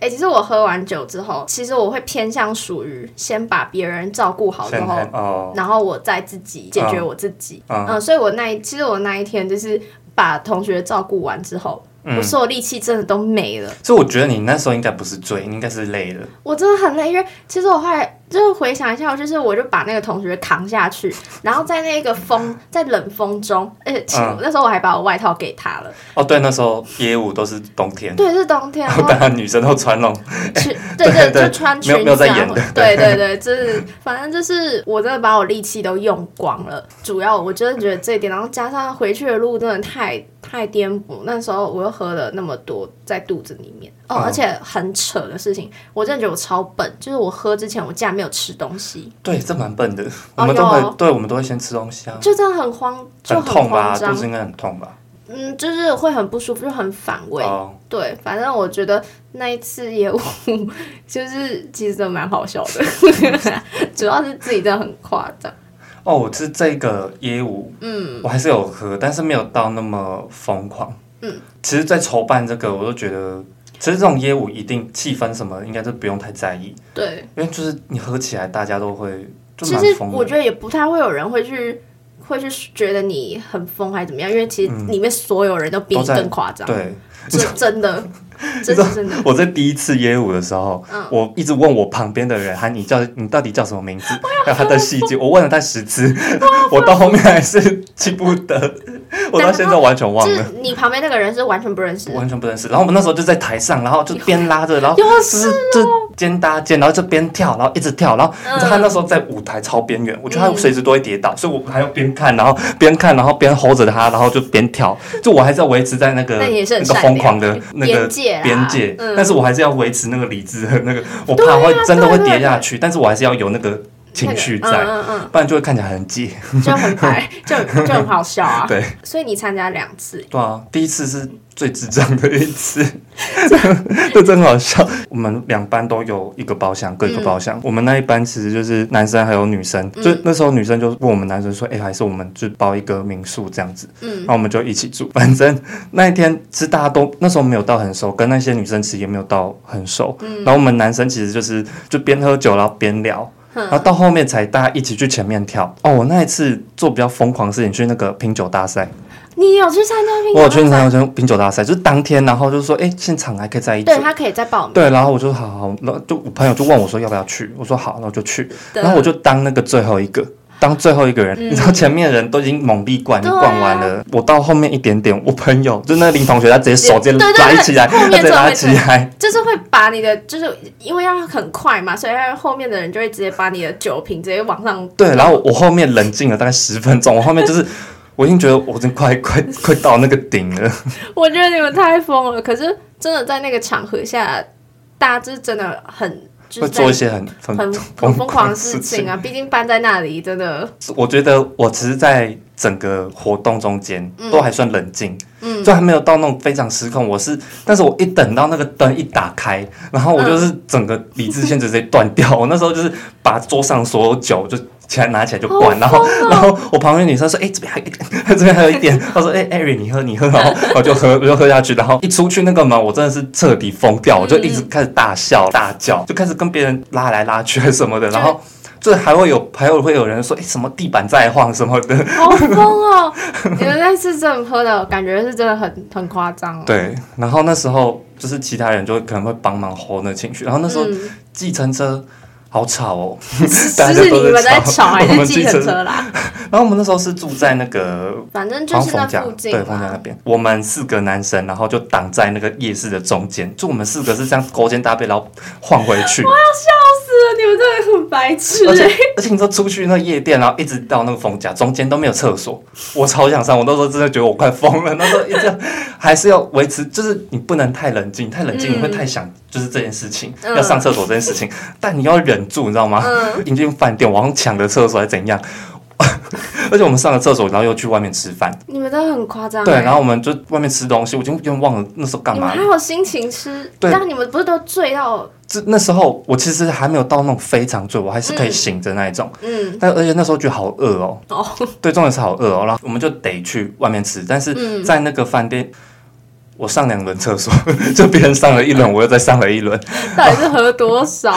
S2: 哎、其实我喝完酒之后，其实我会偏向属于先把别人照顾好之
S1: 现
S2: 后
S1: 在，哦，
S2: 然后我再自己解决我自己。
S1: 嗯
S2: 嗯，所以我那一其实我那一天就是把同学照顾完之后，我所有力气真的都没了。
S1: 所以我觉得你那时候应该不是醉，你应该是累了。
S2: 我真的很累，因为其实我后来就是回想一下，我就是我就把那个同学扛下去，然后在那个风在冷风中，而且其实
S1: 嗯
S2: 那时候我还把我外套给他了。
S1: 哦，对，那时候街舞都是冬天，
S2: 对，啊是冬天，
S1: 然后
S2: 然后
S1: 当然女生都穿那种，
S2: 去对
S1: 对
S2: 对
S1: 对
S2: 就穿
S1: 没有
S2: 裙
S1: 没有
S2: 子
S1: 在
S2: 啊
S1: 演的，
S2: 对对对，就是反正就是我真的把我力气都用光了，主要我真的觉得这一点，然后加上回去的路真的太太颠簸，那时候我又喝了那么多在肚子里面，哦，
S1: 嗯
S2: 而且很扯的事情，我真的觉得我超笨，就是我喝之前我竟然没有吃东西，
S1: 对，这蛮笨的。我
S2: 哦
S1: 们都
S2: 有
S1: 会，对，我们都会先吃东西啊，
S2: 就真的很慌，就
S1: 很痛吧，
S2: 慌
S1: 肚
S2: 张
S1: 子，应该很痛吧？
S2: 嗯，就是会很不舒服，就很反胃，
S1: 哦，
S2: 对，反正我觉得那一次业务 就是其实真的蛮好笑的， 主要是自己真的很夸张。
S1: 哦，我是这个耶舞，嗯，我还是有喝，但是没有到那么疯狂。嗯，其实，在筹办这个，我都觉得，其实这种耶舞一定气氛什么，应该都不用太在意，
S2: 对，
S1: 因为就是你喝起来，大家都会就
S2: 其
S1: 蛮
S2: 实
S1: 疯
S2: 我
S1: 的。
S2: 觉得也不太会有人会去会去觉得你很疯还是怎么样，因为其实里面所有人都比
S1: 嗯
S2: 你
S1: 都在
S2: 更夸张，
S1: 对，
S2: 这真的， 这是真的。
S1: 我在第一次耶舞的时候，
S2: 嗯
S1: 我一直问我旁边的人，喊你叫你到底叫什么名字，还有他的戏剧，我问了他十次，我到后面还是记不得， 我到现在完全忘
S2: 就
S1: 了。
S2: 是你旁边那个人是完全不认识的，
S1: 完全不认识，然后我们那时候就在台上，然后就边拉着，然后
S2: 有啊
S1: 就是就肩搭肩，然后就边跳，然后一直跳，然后
S2: 嗯
S1: 你知道他那时候在舞台超边缘，我觉得他
S2: 嗯
S1: 随时都会跌倒，所以我还要边看，然后边看，然后边 hold 着他，然后就边跳，就我还是要维持在那个
S2: 那你也是
S1: 那
S2: 很
S1: 个
S2: 善良
S1: 疯狂的那个
S2: 边界啦
S1: 边界，
S2: 嗯啊
S1: 但是我还是要维持那个理智的那个，我怕会真的会跌下去，但是我还是要有那个情绪
S2: 那
S1: 在，
S2: 个嗯
S1: 不然就会看起来很解。
S2: 嗯嗯，就 很白，就就很好笑啊。
S1: 对，
S2: 所以你参加两次，
S1: 对啊，第一次是最智障的一次，这真好笑。我们两班都有一个包厢，各一个包厢。我们那一班其实就是男生还有女生，就那时候女生就问我们男生说：“哎、还是我们就包一个民宿这样子。”嗯，然后我们就一起住。反正那一天是大家都那时候没有到很熟，跟那些女生其实也没有到很熟。然后我们男生其实就是就边喝酒然后边聊。然后到后面才大家一起去前面跳哦。我那一次做比较疯狂的事情，去那个拼酒大赛，
S2: 你有去参加拼
S1: 我有
S2: 酒
S1: 去
S2: 大
S1: 参
S2: 赛？
S1: 加品酒大赛，就是当天，然后就说，哎、现场还可以在一起
S2: 对。他可以再报名。
S1: 对，然后我就好好，然后就我朋友就问我说要不要去，我说好，然后就去，
S2: 的
S1: 然后我就当那个最后一个，当最后一个人，你知道前面人都已经猛力灌，你
S2: 嗯对啊
S1: 灌完了，我到后面一点点，我朋友就那个林同学，他直接手直接
S2: 对对对
S1: 拉起来，
S2: 后
S1: 他
S2: 面
S1: 直接
S2: 怎么
S1: 拉
S2: 会
S1: 起
S2: 这
S1: 来，
S2: 就是会把你的，就是因为要很快嘛，所以后面的人就会直接把你的酒瓶直接往上。
S1: 对，然后我我后面冷静了大概十分钟，我后面就是我已经觉得我已经快快快到那个顶了，
S2: 我觉得你们太疯了，可是真的在那个场合下，大家就是真的很就
S1: 会
S2: 是
S1: 做一
S2: 在
S1: 些很很
S2: 很很疯狂的事情啊！毕竟搬在那里，真的
S1: 我觉得我其实，在整个活动中间都还算冷静，嗯，就还没有到那种非常失控。我是，但是我一等到那个灯一打开，然后我就是整个理智线直接断掉。 我那时候就是把桌上所有酒就起来拿起来就灌，然
S2: 好
S1: 后
S2: 疯哦
S1: 然后我旁边女生说：“哎、这边还有一点，这边还有一点。”她说：“哎、艾瑞，你喝，你喝。”然 后我就喝，我就喝下去。然后一出去那个门，我真的是彻底疯掉，
S2: 嗯
S1: 我就一直开始大笑大叫，就开始跟别人拉来拉去什么的，然后。就是还会有，还有会有人说，哎、什么地板在晃什么的，
S2: 好疯哦！你们那次真的喝的感觉是真的很很夸张哦。
S1: 对。然后那时候就是其他人就可能会帮忙 hold 那情绪。然后那时候
S2: 嗯，
S1: 计程车好吵哦， 大家
S2: 是
S1: 都
S2: 你们在
S1: 吵
S2: 吵还
S1: 我们
S2: 是计程
S1: 计程
S2: 车啦？
S1: 然后我们那时候是住在那个
S2: 反正就
S1: 好像
S2: 是那
S1: 冯家
S2: 附近
S1: 对， 冯家那
S2: 嘛。
S1: 边，我们四个男生，然后就挡在那个夜市的中间，就我们四个是这样勾肩搭背，然后晃回 去。
S2: 是啊，你们真的很白痴
S1: 而且
S2: 欸。
S1: 而且你说出去那夜店，然后一直到那个冯家，中间都没有厕所，我超想上，我那时候真的觉得我快疯了。那时候一直要还是要维持，就是你不能太冷静，太冷静你会太想就是这件事情，
S2: 嗯
S1: 要上厕所这件事情，但你要忍住，你知道吗？
S2: 嗯，
S1: 一进饭店，我好像抢了厕所还是怎样。 而且我们上了厕所，然后又去外面吃饭，
S2: 你们真的很夸张欸。
S1: 对，然后我们就外面吃东西，我已经有点忘了那时候干
S2: 你们
S1: 嘛
S2: 还
S1: 了。
S2: 有心情吃？
S1: 对
S2: 但你们不是都醉到
S1: 这那时候我其实还没有到那种非常醉，我还是可以醒着那一种。
S2: 嗯
S1: 但而且那时候觉得好饿哦，
S2: 哦，嗯
S1: 对，重点是好饿哦。然后我们就得去外面吃，但是在那个饭店，我上两轮厕所， 就别人上了一轮，我又再上了一轮，
S2: 到底是喝多 少？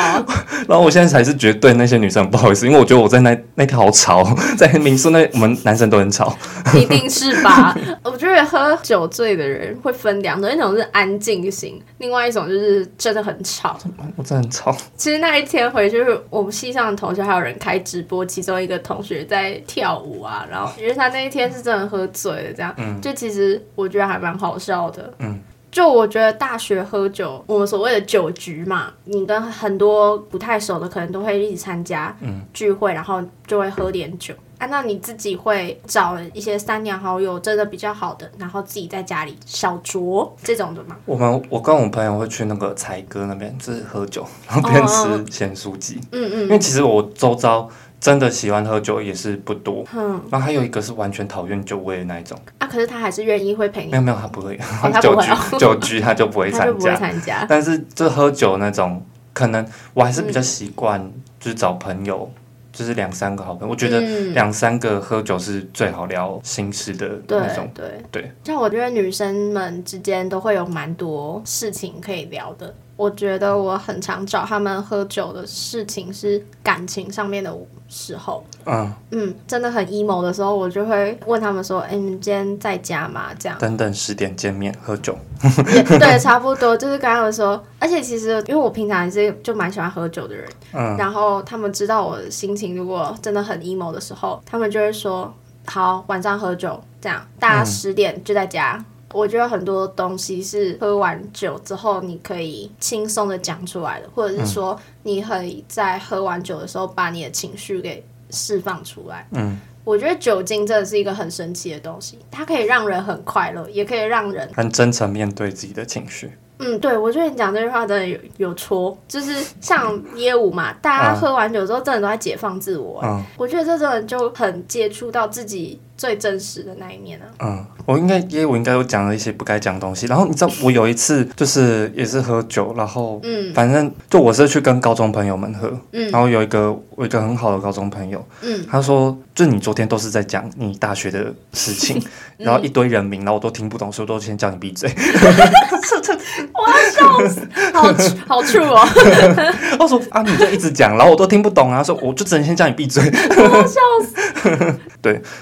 S1: 然后我现在才是觉得对那些女生很不好意思，因为我觉得我在那那条好吵，哦 在民宿那我们男生都很吵，
S2: 一定是吧？我觉得喝酒醉的人会分两种，一种是安静型，另外一种就是真的很吵。
S1: 我真的很吵。
S2: 其实那一天回去，我们系上的同学还有人开直播，其中一个同学在跳舞啊，然
S1: 嗯
S2: 后因为他那一天是真的喝醉了，这样，就其实我觉得还蛮好笑的，
S1: 嗯。
S2: 就我觉得大学喝酒，我们所谓的酒局嘛，你跟很多不太熟的可能都会一起参加
S1: 嗯
S2: 聚会，然后就会喝点酒。啊，那你自己会找一些三两好友真的比较好的，然后自己在家里小酌这种的吗？
S1: 我们我跟我朋友会去那个才哥那边，就是喝 酒，然后边吃咸酥鸡。
S2: 哦嗯
S1: 因为其实我周遭真的喜欢喝酒也是不多，
S2: 嗯，
S1: 然后还有一个是完全讨厌酒味的那一种。
S2: 啊，可是他还是愿意会陪你
S1: 没，有没有，他不会，
S2: 他不
S1: 酒局
S2: 会哎 哦
S1: 酒局他就不会
S2: 他
S1: 参
S2: 就不会
S1: 加。
S2: 参加。
S1: 但是就喝酒那种，可能我还是比较习惯，就是找朋友，就是两三个好朋友。我觉得
S2: 嗯
S1: 两三个喝酒是最好聊心事的
S2: 对啊
S1: 那种。
S2: 对
S1: 对，
S2: 像我觉得女生们之间都会有蛮多事情可以聊的。我觉得我很常找他们喝酒的事情是感情上面的时候，
S1: 嗯，
S2: 嗯，真的很 emo 的时候，我就会问他们说：“哎、你们今天在家吗？”这样。
S1: 等等十点见面喝酒。
S2: 也 对，差不多就是刚刚我说，而且其实因为我平常也是就蛮喜欢喝酒的人，
S1: 嗯
S2: 然后他们知道我的心情如果真的很 emo 的时候，他们就会说好晚上喝酒，这样大家十点就在家。我觉得很多东西是喝完酒之后你可以轻松的讲出来的，或者是说你可以在喝完酒的时候把你的情绪给释放出来。我觉得酒精真的是一个很神奇的东西，它可以让人很快乐，也可以让人
S1: 很真诚面对自己的情绪。
S2: 嗯，对，我觉得你讲这句话真的有有戳，就是像耶舞嘛，大
S1: 啊
S2: 家喝完酒之后真的都在解放自我、欸
S1: 嗯
S2: 我觉得这真的就很接触到自己最真实的那一面啊。
S1: 嗯，我应该因为我应该有讲了一些不该讲的东西。然后你知道，我有一次就是也是喝酒，然后
S2: 嗯
S1: 反正就我是去跟高中朋友们喝，
S2: 嗯
S1: 然后有一个我有一个很好的高中朋友，
S2: 嗯，
S1: 他说就你昨天都是在讲你大学的事 情，嗯然后一堆人名，然后我都听不懂，所以我都先叫你闭嘴。
S2: 好好处哦，
S1: 他说啊，你就一直讲，然后我都听不懂啊，说我就只能先叫你闭嘴。
S2: 好笑死。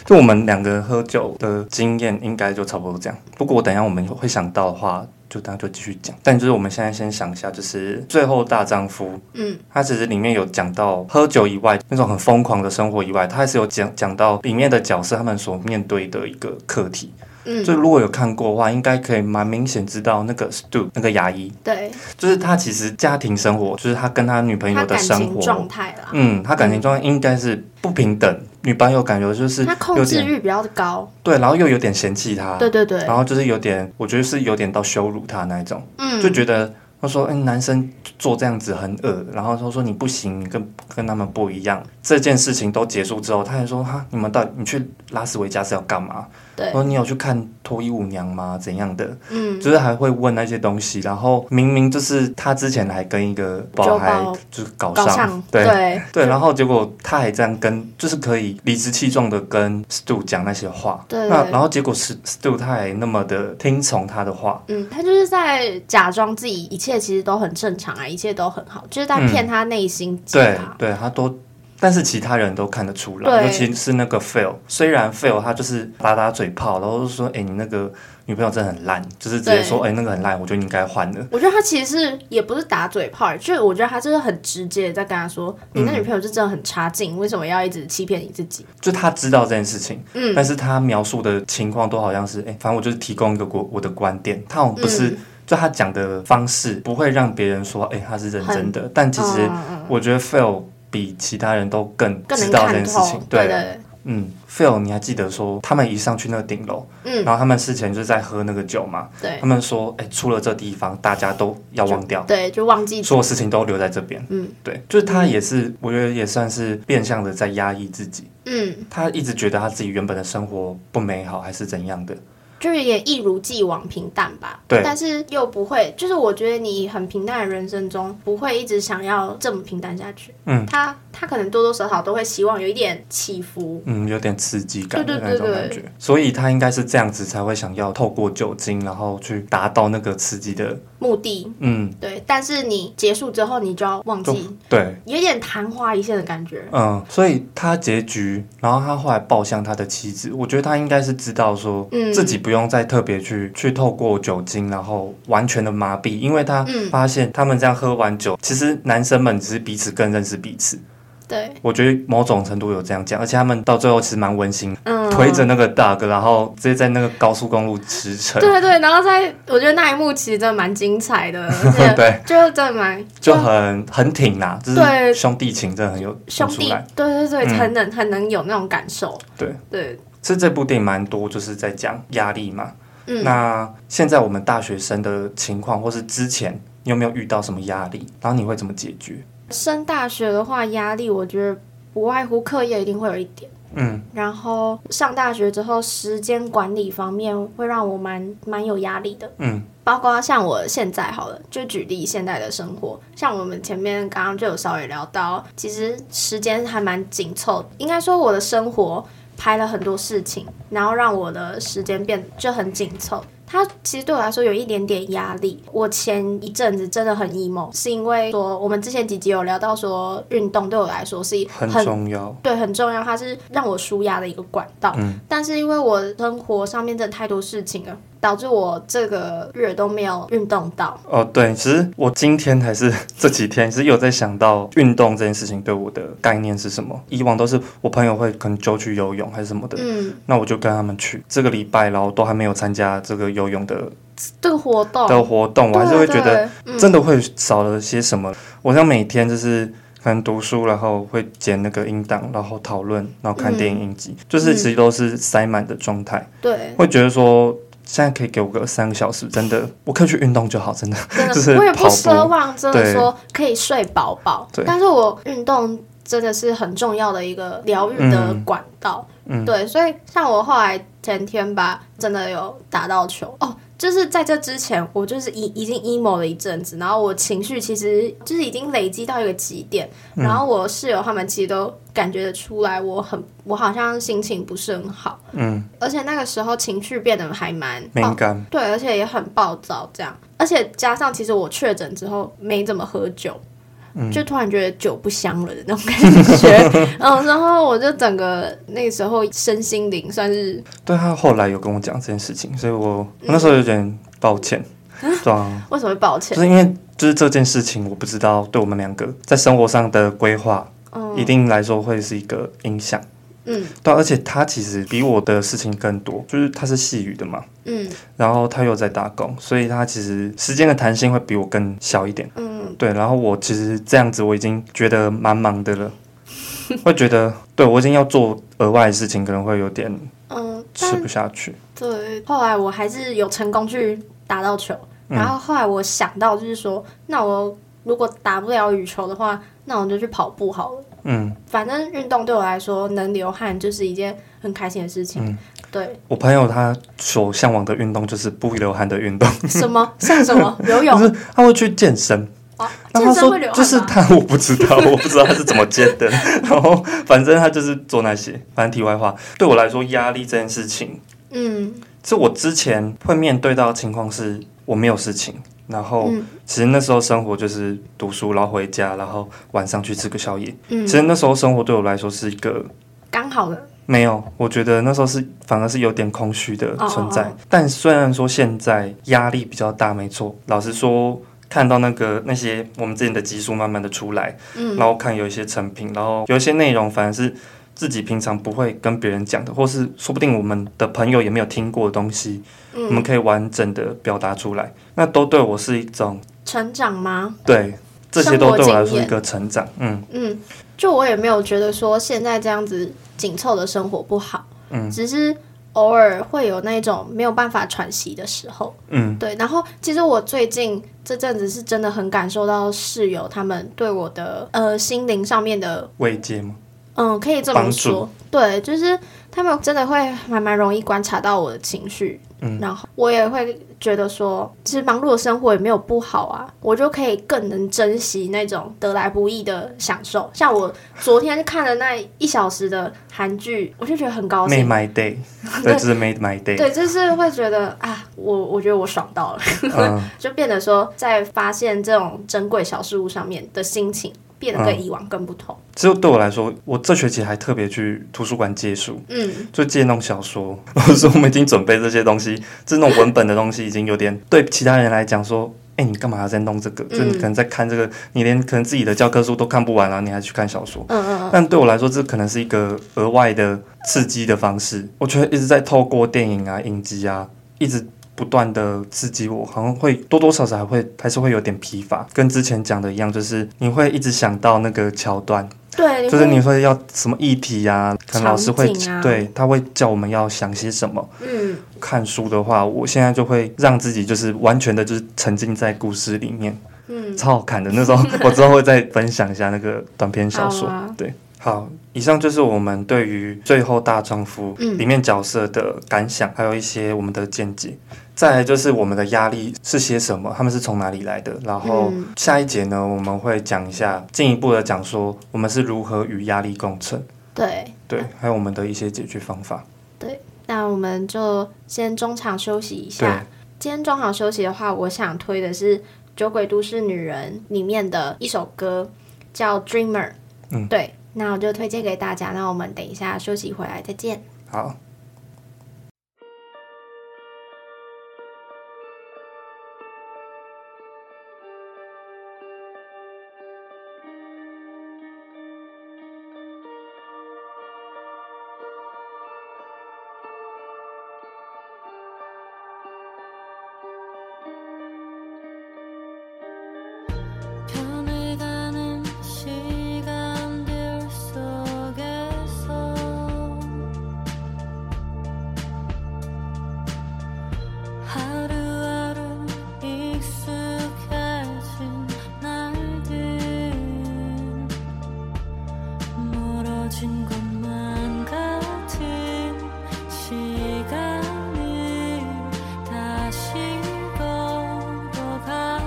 S1: 就我们两个喝酒的经验，应该就差不多这样。不过我等一下我们会想到的话，就大家就继续讲。但就是我们现在先想一下，就是最后大丈夫，
S2: 嗯，
S1: 他其实里面有讲到喝酒以外那种很疯狂的生活以外，他还是有讲讲到里面的角色他们所面对的一个课题。
S2: 嗯，
S1: 就如果有看过的话，应该可以蛮明显知道那个 Stu 那个牙医，
S2: 对，
S1: 就是他其实家庭生活，就是他跟他女朋
S2: 他
S1: 友的
S2: 感
S1: 生
S2: 情状
S1: 活，
S2: 态啦，
S1: 嗯，他感情状态应该是不平等。女朋友感觉就是
S2: 他控
S1: 有
S2: 制
S1: 点啊
S2: 欲比较高。
S1: 对，然后又有点嫌弃他，
S2: 对对对，
S1: 然后就是有点，我觉得是有点到羞辱他那一种，
S2: 嗯，
S1: 就觉得他说，嗯、男生做这样子很恶，然后他说你不行，你跟跟他们不一样。这件事情都结束之后，他还说哈，你们到底你去拉斯维加斯要干嘛？
S2: 对，
S1: 说你有去看脱衣舞娘吗？怎样的？
S2: 嗯，
S1: 就是还会问那些东西，然后明明就是他之前还跟一个
S2: 酒
S1: 宝还
S2: 保
S1: 就是搞
S2: 搞上
S1: 上，对
S2: 对
S1: 对，然后结果他还这样跟，就是可以理直气壮的跟 Stu 讲那些话，
S2: 对
S1: 那然后结果是 Stu 他还那么的听从他的话，
S2: 嗯，他就是在假装自己一切其实都很正常啊，一切都很好，就是在骗他内心
S1: 嗯
S2: 自
S1: 对
S2: 他。
S1: 对，他都，但是其他人都看得出来，
S2: 对
S1: 尤其是那个 Phil，虽然 Phil 他就是打打嘴炮，然后就说，哎、你那个女朋友真的很烂，就是直接说，哎、那个很烂，我觉得你应该换了。
S2: 我觉得他其实是也不是打嘴炮，就是我觉得他就是很直接地在跟他说，你那女朋友就真的很差劲，为什么要一直欺骗你自己？
S1: 就他知道这件事情，
S2: 嗯
S1: 但是他描述的情况都好像是，哎、反正我就是提供一个我我的观点，他好像不
S2: 嗯
S1: 是，就他讲的方式不会让别人说，哎、他是认真的，但其实
S2: 嗯嗯
S1: 我觉得 Phil 比其他人都更
S2: 更
S1: 知
S2: 能
S1: 道这
S2: 看
S1: 件事
S2: 透
S1: 情，，
S2: 对对
S1: 嗯，Phil 你还记得说他们一上去那个顶楼，
S2: 嗯
S1: 然后他们事前就是在喝那个酒嘛，
S2: 对
S1: 他们说，哎、出了这地方大家都要忘掉。
S2: 对，就忘记
S1: 所有事情都留在这边，
S2: 嗯，
S1: 对，就是他也是，我觉得也算是变相的在压抑自己，
S2: 嗯
S1: 他一直觉得他自己原本的生活不美好，还是怎样的。
S2: 就是也一如既往平淡吧。
S1: 对
S2: 但是又不会，就是我觉得你很平淡的人生中，不会一直想要这么平淡下去。
S1: 嗯，
S2: 他他可能多多少少都会希望有一点起伏。
S1: 嗯，有点刺激感
S2: 对
S1: 的
S2: 对
S1: 那种
S2: 对
S1: 感
S2: 对
S1: 觉，所以他应该是这样子才会想要透过酒精，然后去达到那个刺激的，
S2: 目的
S1: 嗯，
S2: 对，但是你结束之后，你就要忘记，
S1: 对，
S2: 有点昙花一现的感觉。
S1: 嗯，所以他结局，然后他后来抱向他的妻子，我觉得他应该是知道说，
S2: 嗯
S1: 自己不用再特别去去透过酒精，然后完全的麻痹，因为他
S2: 嗯
S1: 发现他们这样喝完酒，其实男生们只是彼此更认识彼此，
S2: 对，
S1: 我觉得某种程度有这样讲，而且他们到最后其实蛮温馨的，
S2: 嗯，
S1: 推着那个 dog，然后直接在那个高速公路驰骋，
S2: 对对，然后在我觉得那一幕其实真的蛮精彩 的，而且
S1: 对，
S2: 就真的蛮
S1: 就很很挺啦，就
S2: 对
S1: 是兄弟情真的很有
S2: 兄
S1: 很出
S2: 弟
S1: 来，
S2: 对对对，
S1: 嗯
S2: 很能很能有那种感受，
S1: 对
S2: 对，
S1: 其实这部电影蛮多，就是在讲压力嘛。
S2: 嗯
S1: 那现在我们大学生的情况，或是之前你有没有遇到什么压力？然后你会怎么解决？
S2: 升大学的话，压力我觉得不外乎课业一定会有一点，
S1: 嗯，
S2: 然后上大学之后，时间管理方面会让我蛮蛮有压力的。
S1: 嗯，
S2: 包括像我现在好了，就举例现在的生活，像我们前面刚刚就有稍微聊到，其实时间还蛮紧凑，应该说我的生活排了很多事情，然后让我的时间变就很紧凑。它其实对我来说有一点点压力。我前一阵子真的很 emo，是因为说我们之前几集有聊到说运动对我来说是
S1: 很
S2: 很
S1: 重要。
S2: 对，很重要，它是让我舒压的一个管道。
S1: 嗯
S2: 但是因为我生活上面真的太多事情了，导致我这个月都没有运动到。
S1: 哦，对，其实我今天还是这几天，其实有在想到运动这件事情对我的概念是什么。以往都是我朋友会可能揪去游泳还是什么的，
S2: 嗯，
S1: 那我就跟他们去。这个礼拜，然后都还没有参加这个游泳的
S2: 这个活动，
S1: 的活动，我还是会觉得
S2: 哦对对
S1: 真的会少了些什么。我像每天就是可能读书，然后会剪那个音档，然后讨论，然后看电影影集，就是其实都是塞满的状态，
S2: 嗯、对，
S1: 会觉得说。现在可以给我个三个小时，真的，我可以去运动就好，真的。
S2: 真的，
S1: 就是
S2: 我也不
S1: 跑步
S2: 奢望真的
S1: 对
S2: 说可以睡饱饱
S1: 对，
S2: 但是我运动真的是很重要的一个疗愈的
S1: 嗯
S2: 管道。
S1: 嗯
S2: 对，所以像我后来前天吧，真的有打到球哦。就是在这之前，我就是已已经 emo 了一阵子，然后我情绪其实就是已经累积到一个极点，
S1: 嗯
S2: 然后我室友他们其实都感觉得出来，我很我好像心情不是很好，
S1: 嗯，
S2: 而且那个时候情绪变得还蛮
S1: 敏感，
S2: 对，而且也很暴躁，这样，而且加上其实我确诊之后没怎么喝酒，就突然觉得酒不香了的那种感觉，嗯，然后我就整个那时候身心灵算是
S1: 对他后来有跟我讲这件事情，所以我我那时候有点抱歉，对啊，
S2: 为什么会抱
S1: 就
S2: 歉？
S1: 是因为就是这件事情，我不知道对我们两个在生活上的规划，一定来说会是一个影响。
S2: 哦嗯
S1: 对啊，而且他其实比我的事情更多，就是他是细语的嘛，
S2: 嗯
S1: 然后他又在打工，所以他其实时间的弹性会比我更小一点。
S2: 嗯，
S1: 对，然后我其实这样子我已经觉得蛮忙的了， 会觉得对我已经要做额外的事情，可能会有点
S2: 嗯，
S1: 吃
S2: 但
S1: 不下去。
S2: 对，后来我还是有成功去打到球，然后后来我想到就是说，那我如果打不了羽球的话，那我就去跑步好了。
S1: 嗯，
S2: 反正运动对我来说，能流汗就是一件很开心的事情。对，
S1: 我朋友他所向往的运动就是不流汗的运动，
S2: 什么像什么游泳
S1: 就是他会去健身。
S2: 啊？
S1: 然后他
S2: 健身会流
S1: 说，
S2: 汗
S1: 就是
S2: 吗
S1: 他， 我不知道，我不知道他是怎么接 的。然后反正他就是做那些。反正题外话，对我来说，压力这件事情，
S2: 嗯
S1: 是我之前会面对到的情况是，我没有事情，然后
S2: 嗯
S1: 其实那时候生活就是读书，然后回家，然后晚上去吃个宵夜。其
S2: 嗯，
S1: 实那时候生活对我来说是一个
S2: 刚好的，
S1: 没有，我觉得那时候是反而是有点空虚的存在。
S2: 哦哦
S1: 但虽然说现在压力比较大，没错，老实说。看到那个那些我们之前的集数慢慢的出来，
S2: 嗯
S1: 然后看有一些成品，然后有一些内容反而是自己平常不会跟别人讲的，或是说不定我们的朋友也没有听过的东西，我们
S2: 嗯，
S1: 可以完整的表达出来，那都对我是一种
S2: 成长吗？
S1: 对，这些都
S2: 生活
S1: 对我来
S2: 经
S1: 说
S2: 验
S1: 一个成长，嗯
S2: 嗯，就我也没有觉得说现在这样子紧凑的生活不好，
S1: 嗯
S2: 只是偶尔会有那种没有办法喘息的时候。
S1: 嗯
S2: 对，然后其实我最近这阵子是真的很感受到室友他们对我的呃心灵上面的
S1: 慰藉嘛，
S2: 嗯，可以这么
S1: 帮助
S2: 说，对，就是他们真的会还蛮容易观察到我的情绪，嗯，然后我也会觉得说，其实忙碌的生活也没有不好啊，我就可以更能珍惜那种得来不易的享受。像我昨天看的那一小时的韩剧，我就觉得很高
S1: Made
S2: 兴。
S1: my day，对，这是 Made my day。
S2: 对，就是会觉得啊，我我觉得我爽到了，
S1: 嗯，
S2: 就变得说，在发现这种珍贵小事物上面的心情，变得
S1: 嗯
S2: 跟以往更不同。
S1: 只有对我来说，我这学期还特别去图书馆借书，
S2: 嗯，
S1: 就借那种小说。 我说我们已经准备这些东西，就是那种文本的东西，已经有点对其他人来讲说。哎、你干嘛要在弄这个？就你可能在看这个，你连可能自己的教科书都看不完啊，你还去看小说？
S2: 嗯嗯嗯，
S1: 但对我来说，这可能是一个额外的刺激的方式。我觉得一直在透过电影啊、影集啊，一直不断的刺激我，好像会多多少少还会还是会有点疲乏。跟之前讲的一样，就是你会一直想到那个桥段，
S2: 对，
S1: 就是
S2: 会
S1: 你会要什么议题啊，可能老师会
S2: 场、景啊
S1: 对他会叫我们要想些什么。
S2: 嗯。
S1: 看书的话，我现在就会让自己就是完全的就是沉浸在故事里面，嗯，超好看的。那时 候我之后会再分享一下那个短篇小说，
S2: 好啊
S1: 对。好，以上就是我们对于《最后大丈夫》
S2: 嗯
S1: 里面角色的感想，还有一些我们的见解。再来就是我们的压力是些什么，他们是从哪里来的。然后
S2: 嗯
S1: 下一节呢，我们会讲一下进一步的讲说我们是如何与压力共存，
S2: 对，
S1: 对，还有我们的一些解决方法。
S2: 那我们就先中场休息一
S1: 对
S2: 下。今天中场休息的话，我想推的是《酒鬼都市女人》里面的一首歌，叫《Dreamer》。
S1: 嗯，
S2: 对，那我就推荐给大家。那我们等一下休息回来再见。
S1: 好。
S3: 변해가는 시간들 속에서 하루하루 익숙해진 날들 멀어진 것만 같은 시간을 다시 걸어가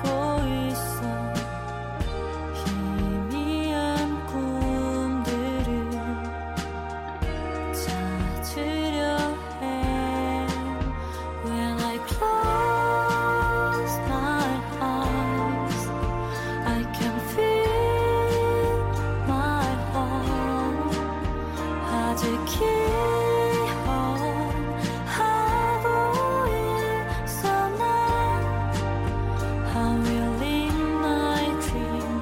S3: 고 있어 희미한 꿈들을 찾으려 해 When I close my eyes I can feel my heart 아직 기억하고 있어 난 I will live my dream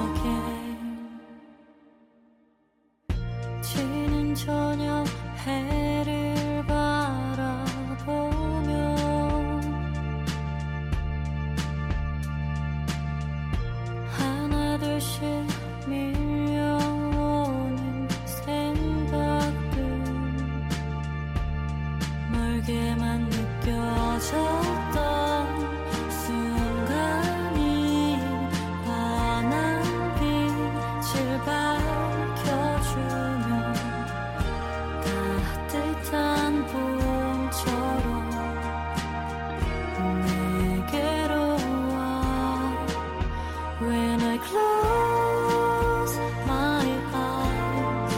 S3: again 지는 저녁 해를 바라보며 하나둘씩 밀려오는 생각들 멀게만 느껴졌던 순간이 환한 빛을 밝혀주며 따뜻한 봄처럼 내게로 와 When I close my eyes,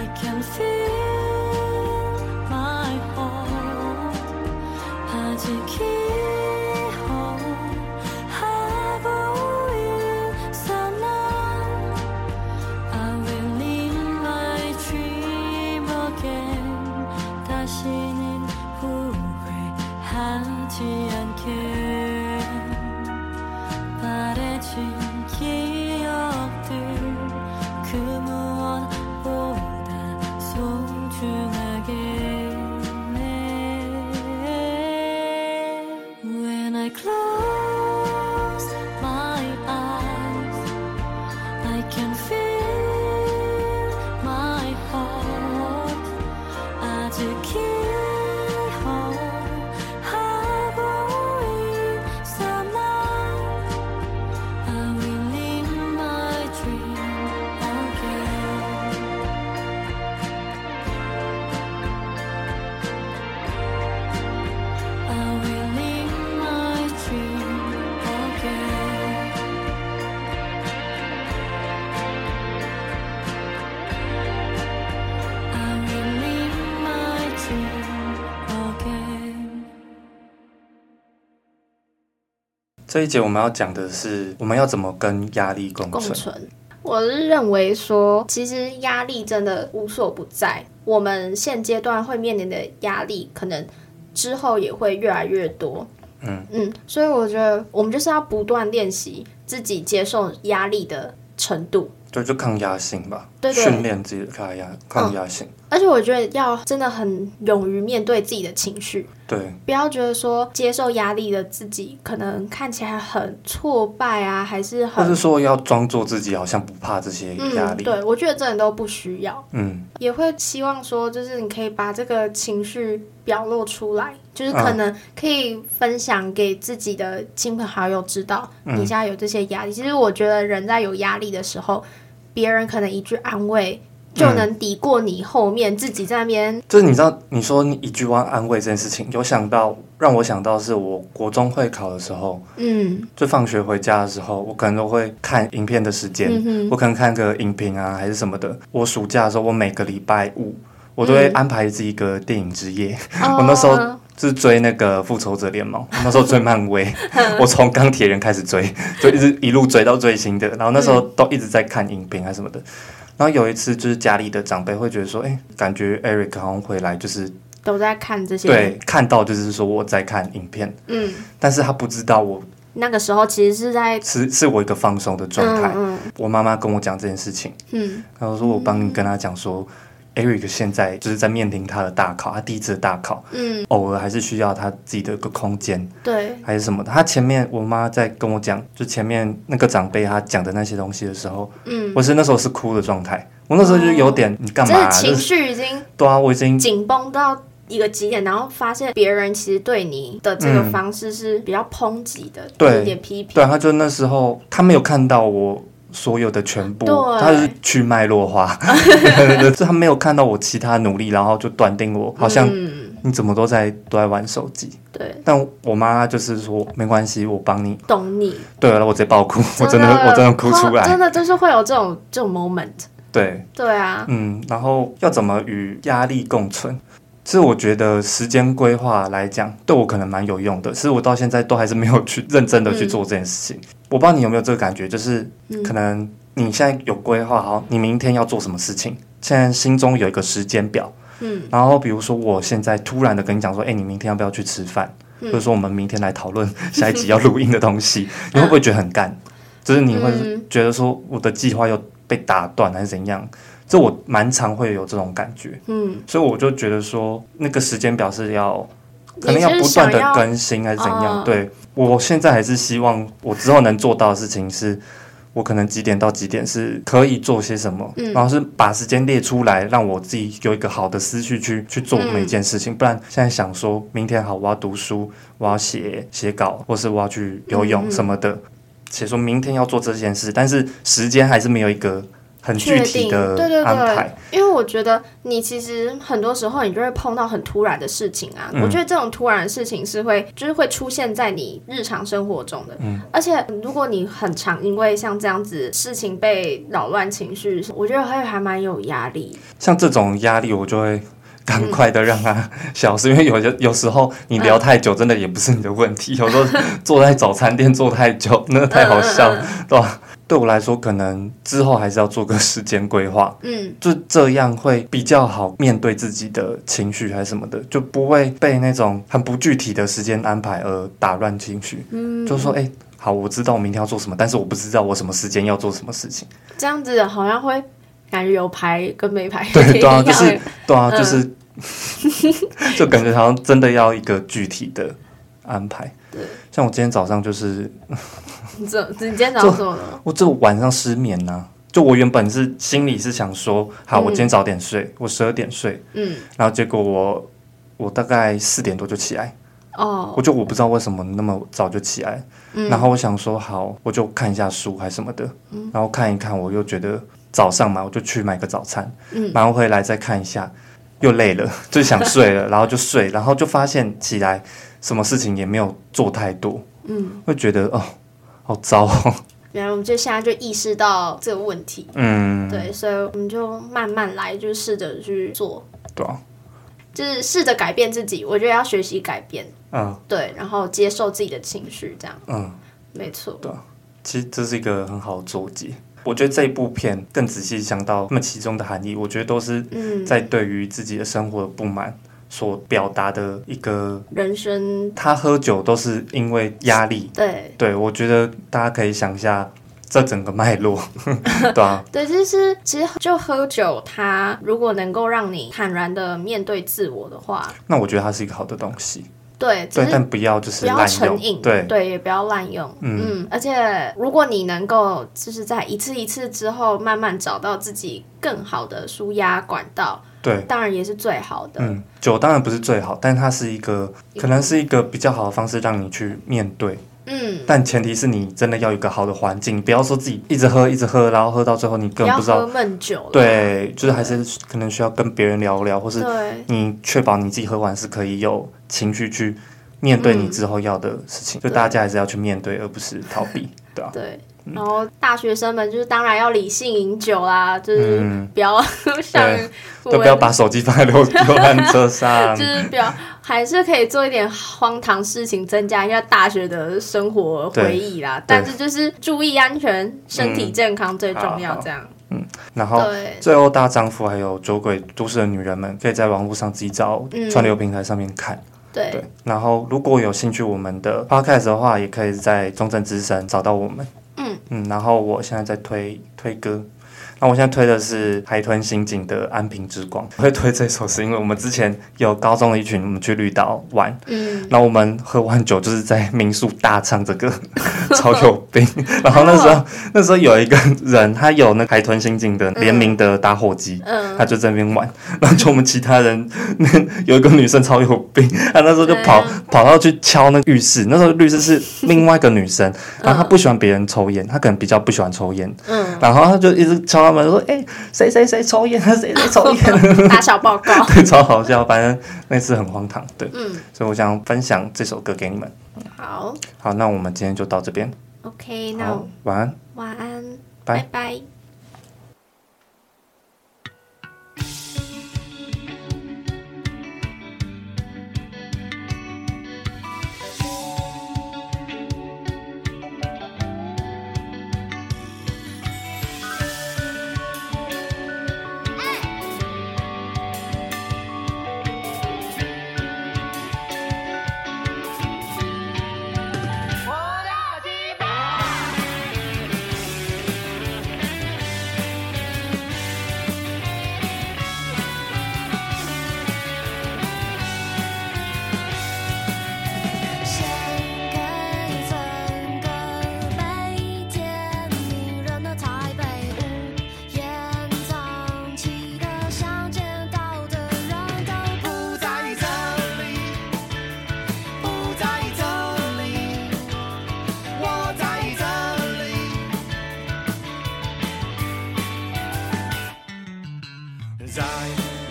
S3: I can feel my heart. 아직 기억하고 있어 난 I will live my dream again. 다시는 후회하지 않게. 바래진 기억들 그 무엇보다 소중하게 When I close my eyes I can feel my heart 아직 기억하고
S1: 这一节我们要讲的是，我们要怎么跟压力共
S2: 共
S1: 存。
S2: 存。我是认为说，其实压力真的无所不在。我们现阶段会面临的压力，可能之后也会越来越多。
S1: 嗯
S2: 嗯，所以我觉得我们就是要不断练习自己接受压力的程度。
S1: 对，就抗压性吧，
S2: 对嗯对
S1: 训练自己的抗压抗压性。
S2: 而且我觉得要真的很勇于面对自己的情绪，
S1: 对，
S2: 不要觉得说接受压力的自己可能看起来很挫败啊，还是
S1: 或
S2: 很
S1: 是说要装作自己好像不怕这些压
S2: 嗯，
S1: 力。
S2: 对我觉得真的都不需要。
S1: 嗯
S2: 也会希望说，就是你可以把这个情绪表露出来，就是可能可以分享给自己的亲朋好友知道，
S1: 嗯
S2: 你现在有这些压力。其实我觉得人在有压力的时候，别人可能一句安慰就能抵过你后面自己在那边。
S1: 就是你知道，你说你一句话安慰这件事情，有想到让我想到是我国中会考的时候，
S2: 嗯
S1: 就放学回家的时候，我可能都会看影片的时间，
S2: 嗯哼
S1: 我可能看个影评啊还是什么的。我暑假的时候，我每个礼拜五。我都会
S2: 嗯
S1: 安排自己一个电影之夜，
S2: 哦
S1: 我那时候就是追那个《复仇者联盟》，我那时候追漫 威，
S2: 嗯
S1: 我从钢铁人开始追，就一直一路追到最新的，然后那时候
S2: 嗯
S1: 都一直在看影评啊什么的。然后有一次就是家里的长辈会觉得说，哎、感觉 Eric 好像回来就是
S2: 都在看这些，
S1: 对看到就是说我在看影片，
S2: 嗯，
S1: 但是他不知道我
S2: 那个时候其实是在
S1: 是是我一个放松的状态。
S2: 嗯嗯
S1: 我妈妈跟我讲这件事情，
S2: 嗯
S1: 然后说我帮你跟他讲说。Eric 现在就是在面临他的大考，他第一次的大考，
S2: 嗯，
S1: 偶尔还是需要他自己的一个空间，
S2: 对，
S1: 还是什么的。他前面我妈在跟我讲，就前面那个长辈他讲的那些东西的时候，
S2: 嗯，哦
S1: 我是那时候是哭的状态。我那时候就有点，你干
S2: 真
S1: 嘛、
S2: 的
S1: 啊？
S2: 情
S1: 就是
S2: 绪已经
S1: 对啊，我已经
S2: 紧绷到一个极点，然后发现别人其实对你的这个方式是比较抨击的，
S1: 嗯对
S2: 有点批评，
S1: 对啊，他就那时候他没有看到我所有的全部，
S2: 对
S1: 他是去脉络化， 就他没有看到我其他努力，然后就断定我好像
S2: 嗯，
S1: 你怎么都在都在玩手机。
S2: 对，
S1: 但我妈就是说没关系，我帮你。
S2: 懂你，
S1: 对啊了，我直接爆哭，我真的我真的哭出
S2: 哦
S1: 来。
S2: 真的就是会有这种这种 moment，
S1: 对，
S2: 对啊，
S1: 嗯，然后要怎么与压力共存？其实我觉得时间规划来讲，对我可能蛮有用的。其实我到现在都还是没有去认真的去做这件事情。我不知道你有没有这个感觉，就是
S2: 嗯
S1: 可能你现在有规划好，你明天要做什么事情，现在心中有一个时间表。
S2: 嗯
S1: 然后比如说我现在突然的跟你讲说，哎，你明天要不要去吃饭？
S2: 嗯
S1: 或者说我们明天来讨论下一集要录音的东西，你会不会觉得很干？就是你会
S2: 嗯
S1: 觉得说我的计划又被打断还是怎样？这我蛮常会有这种感觉，
S2: 嗯，
S1: 所以我就觉得说那个时间表是要可能
S2: 你就是
S1: 不断
S2: 想
S1: 的
S2: 要
S1: 更新还是怎样？
S2: 嗯
S1: 对我现在还是希望我之后能做到的事情是。我可能几点到几点是可以做些什么，
S2: 嗯
S1: 然后是把时间列出来，让我自己有一个好的思绪去去做
S2: 嗯
S1: 每件事情。不然现在想说明天好，我要读书，我要写写稿，或是我要去游
S2: 嗯
S1: 泳
S2: 嗯
S1: 什么的，写、说明天要做这件事，但是时间还是没有一个很具
S2: 确
S1: 体
S2: 定，
S1: 的
S2: 对对
S1: 安排。
S2: 对，因为我觉得你其实很多时候你就会碰到很突然的事情啊，
S1: 嗯
S2: 我觉得这种突然的事情是会就是会出现在你日常生活中的，
S1: 嗯
S2: 而且如果你很常因为像这样子事情被扰乱情绪，我觉得会还蛮有压力，
S1: 像这种压力，我就会赶快的让它 消失，因为有些有时候你聊太久，真的也不是你的问题。有时候坐在早餐店坐太久，那太好笑了，对吧？对我来说，可能之后还是要做个时间规划，
S2: 嗯
S1: 就这样会比较好面对自己的情绪还是什么的，就不会被那种很不具体的时间安排而打乱情绪。
S2: 嗯，
S1: 就说，哎、好，我知道我明天要做什么，但是我不知道我什么时间要做什么事情。
S2: 这样子好像会感觉有牌跟没 牌
S1: 对对啊
S2: 一样
S1: 就是
S2: 欸
S1: 对啊，
S2: 嗯
S1: 就是 就感觉好像真的要一个具体的安排。
S2: 对，
S1: 像我今天早上就是
S2: 你怎你今天早上怎么了？
S1: 我这晚上失眠呐、就我原本是心里是想说，好，
S2: 嗯
S1: 我今天早点睡，我十二点睡，
S2: 嗯
S1: 然后结果我我大概四点多就起来，
S2: 哦
S1: 我就我不知道为什么那么早就起来，
S2: 嗯
S1: 然后我想说好，我就看一下书还什么的，然后看一看，我又觉得早上嘛，我就去买个早餐，
S2: 嗯
S1: 然后回来再看一下，又累了，就想睡 了，然后就睡，然后就发现起来什么事情也没有做太多，
S2: 嗯，
S1: 会觉得哦，好糟哦，
S2: 原来我们就现在就意识到这个问题。
S1: 嗯，
S2: 对，所以我们就慢慢来，就试着去做，
S1: 对啊，
S2: 就是试着改变自己。我觉得要学习改变，
S1: 嗯
S2: 对，然后接受自己的情绪，这样。
S1: 嗯，
S2: 没错，
S1: 其实这是一个很好的注解。我觉得这一部片更仔细想到那么其中的含义，我觉得都是
S2: 嗯，
S1: 在对于自己的生活的不满所表达的一个。
S2: 人生
S1: 他喝酒都是因为压力，
S2: 对
S1: 对我觉得大家可以想一下这整个脉络， 对啊，
S2: 对，就是其实就喝酒，它如果能够让你坦然的面对自我的话，
S1: 那我觉得它是一个好的东西，
S2: 对，只
S1: 对，
S2: 是
S1: 但不要就是
S2: 不要
S1: 滥
S2: 成
S1: 用，
S2: 瘾，
S1: 对，
S2: 也不要滥用，
S1: 嗯
S2: 嗯而且如果你能够就是在一次一次之后，慢慢找到自己更好的舒压管道，
S1: 对，
S2: 当然也是最好的，
S1: 嗯，酒当然不是最好，但它是一个可能是一个比较好的方式让你去面对，
S2: 嗯，
S1: 但前提是你真的要有一个好的环境，不要说自己一直喝一直喝，然后喝到最后你
S2: 不
S1: 根本
S2: 要
S1: 不知道，
S2: 喝闷酒了，
S1: 对，就是还是可能需要跟别人聊聊，或是
S2: 对，
S1: 你确保你自己喝完是可以有情绪去面对你之后要的事情，就
S2: 对
S1: 大家还是要去面对，而不是逃避，对啊，
S2: 对，然后大学生们就是当然要理性饮酒啦，就是 不要像
S1: 嗯对都
S2: 我
S1: 不
S2: 们
S1: 要把手机放在游游览车上
S2: 就，是不要，还是可以做一点荒唐事情，增加一下大学的生活回忆啦。但是就是注意安全，身体健康最重
S1: 嗯好
S2: 要。
S1: 好
S2: 这样
S1: 然后
S2: 对，
S1: 最后，大丈夫还有酒鬼都市的女人们，可以在网络上自己找
S2: 嗯
S1: 串流平台上面看。
S2: 对
S1: 对，然后如果有兴趣我们的 podcast 的话，也可以在中正之声找到我们。
S2: 嗯
S1: 嗯，然后我现在在推推歌，那我现在推的是海豚刑警的《安平之光》。我会推这首是因为我们之前有高中的一群，我们去绿岛玩，
S2: 嗯，
S1: 然后我们喝完酒就是在民宿大唱这个 超有病。 然后那时
S2: 哦
S1: 候那时候有一个人，他有那个海豚刑警的联名的打火机，
S2: 嗯
S1: 他就在那边玩， 然后就我们其他人，那有一个女生超有病， 她那时候就跑
S2: 怎样
S1: 跑到去敲那个浴室，那时候浴室是另外一个女生，然后她不喜欢别人抽烟，她可能比较不喜欢抽烟，
S2: 嗯，
S1: 然后她就一直敲他们说，哎、谁谁谁抽烟， 谁谁抽烟，
S2: 打小报告。
S1: 对，超好笑，反正那次很荒唐，对，
S2: 嗯，
S1: 所以我想分享这首歌给你们。
S2: 好
S1: 好，那我们今天就到这边，
S2: ，OK，那
S1: 好，晚安，
S2: 晚安，
S1: 拜
S2: 拜拜。
S3: 掀开整个每天迷人的台北，无言藏起的想见到的人都不在这里，不在这里，我在这里。
S4: 在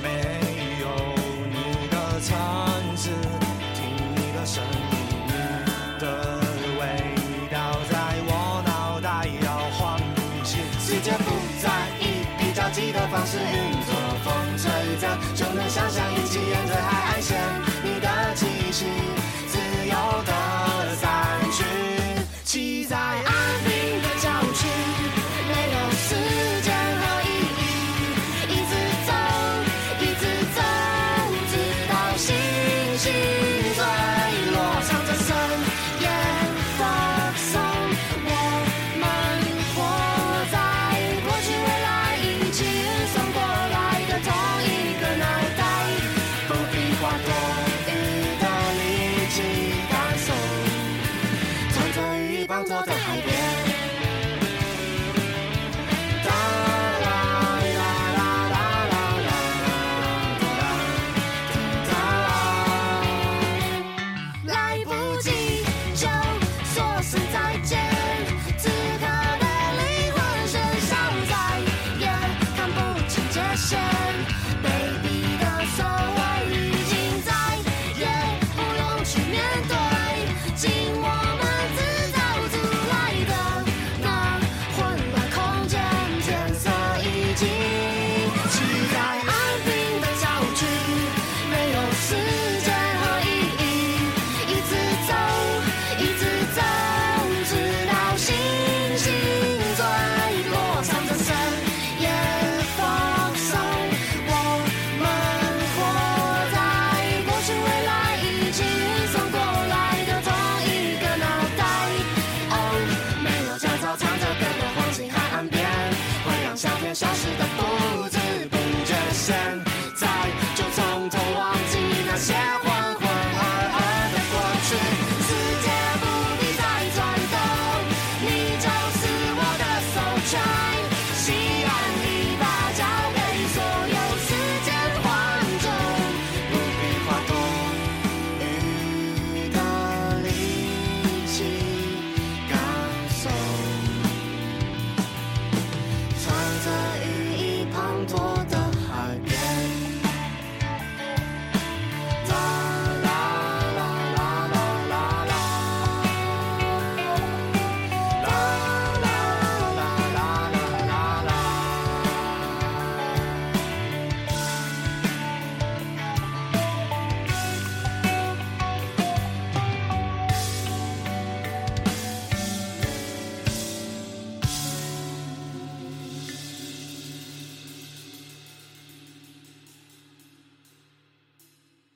S4: 没有你的城市，听你的声音，你的味道在我脑袋摇晃。是世界不再以比较级的方式运作，风吹着就能想象一起沿着海岸线，你的气息自由的散去，骑在安平的郊区，没有时间和意义。一直走，一直走，直到星星坠落。唱着深夜的颂，我们活在过去、未来一起运送过来的同一个脑袋，不必花多余的力气感受，穿着雨衣帮坐在海边。哒啦啦啦啦啦啦啦啦，来不及就说声再见，此刻的灵魂深上在，也看不清界限，Baby，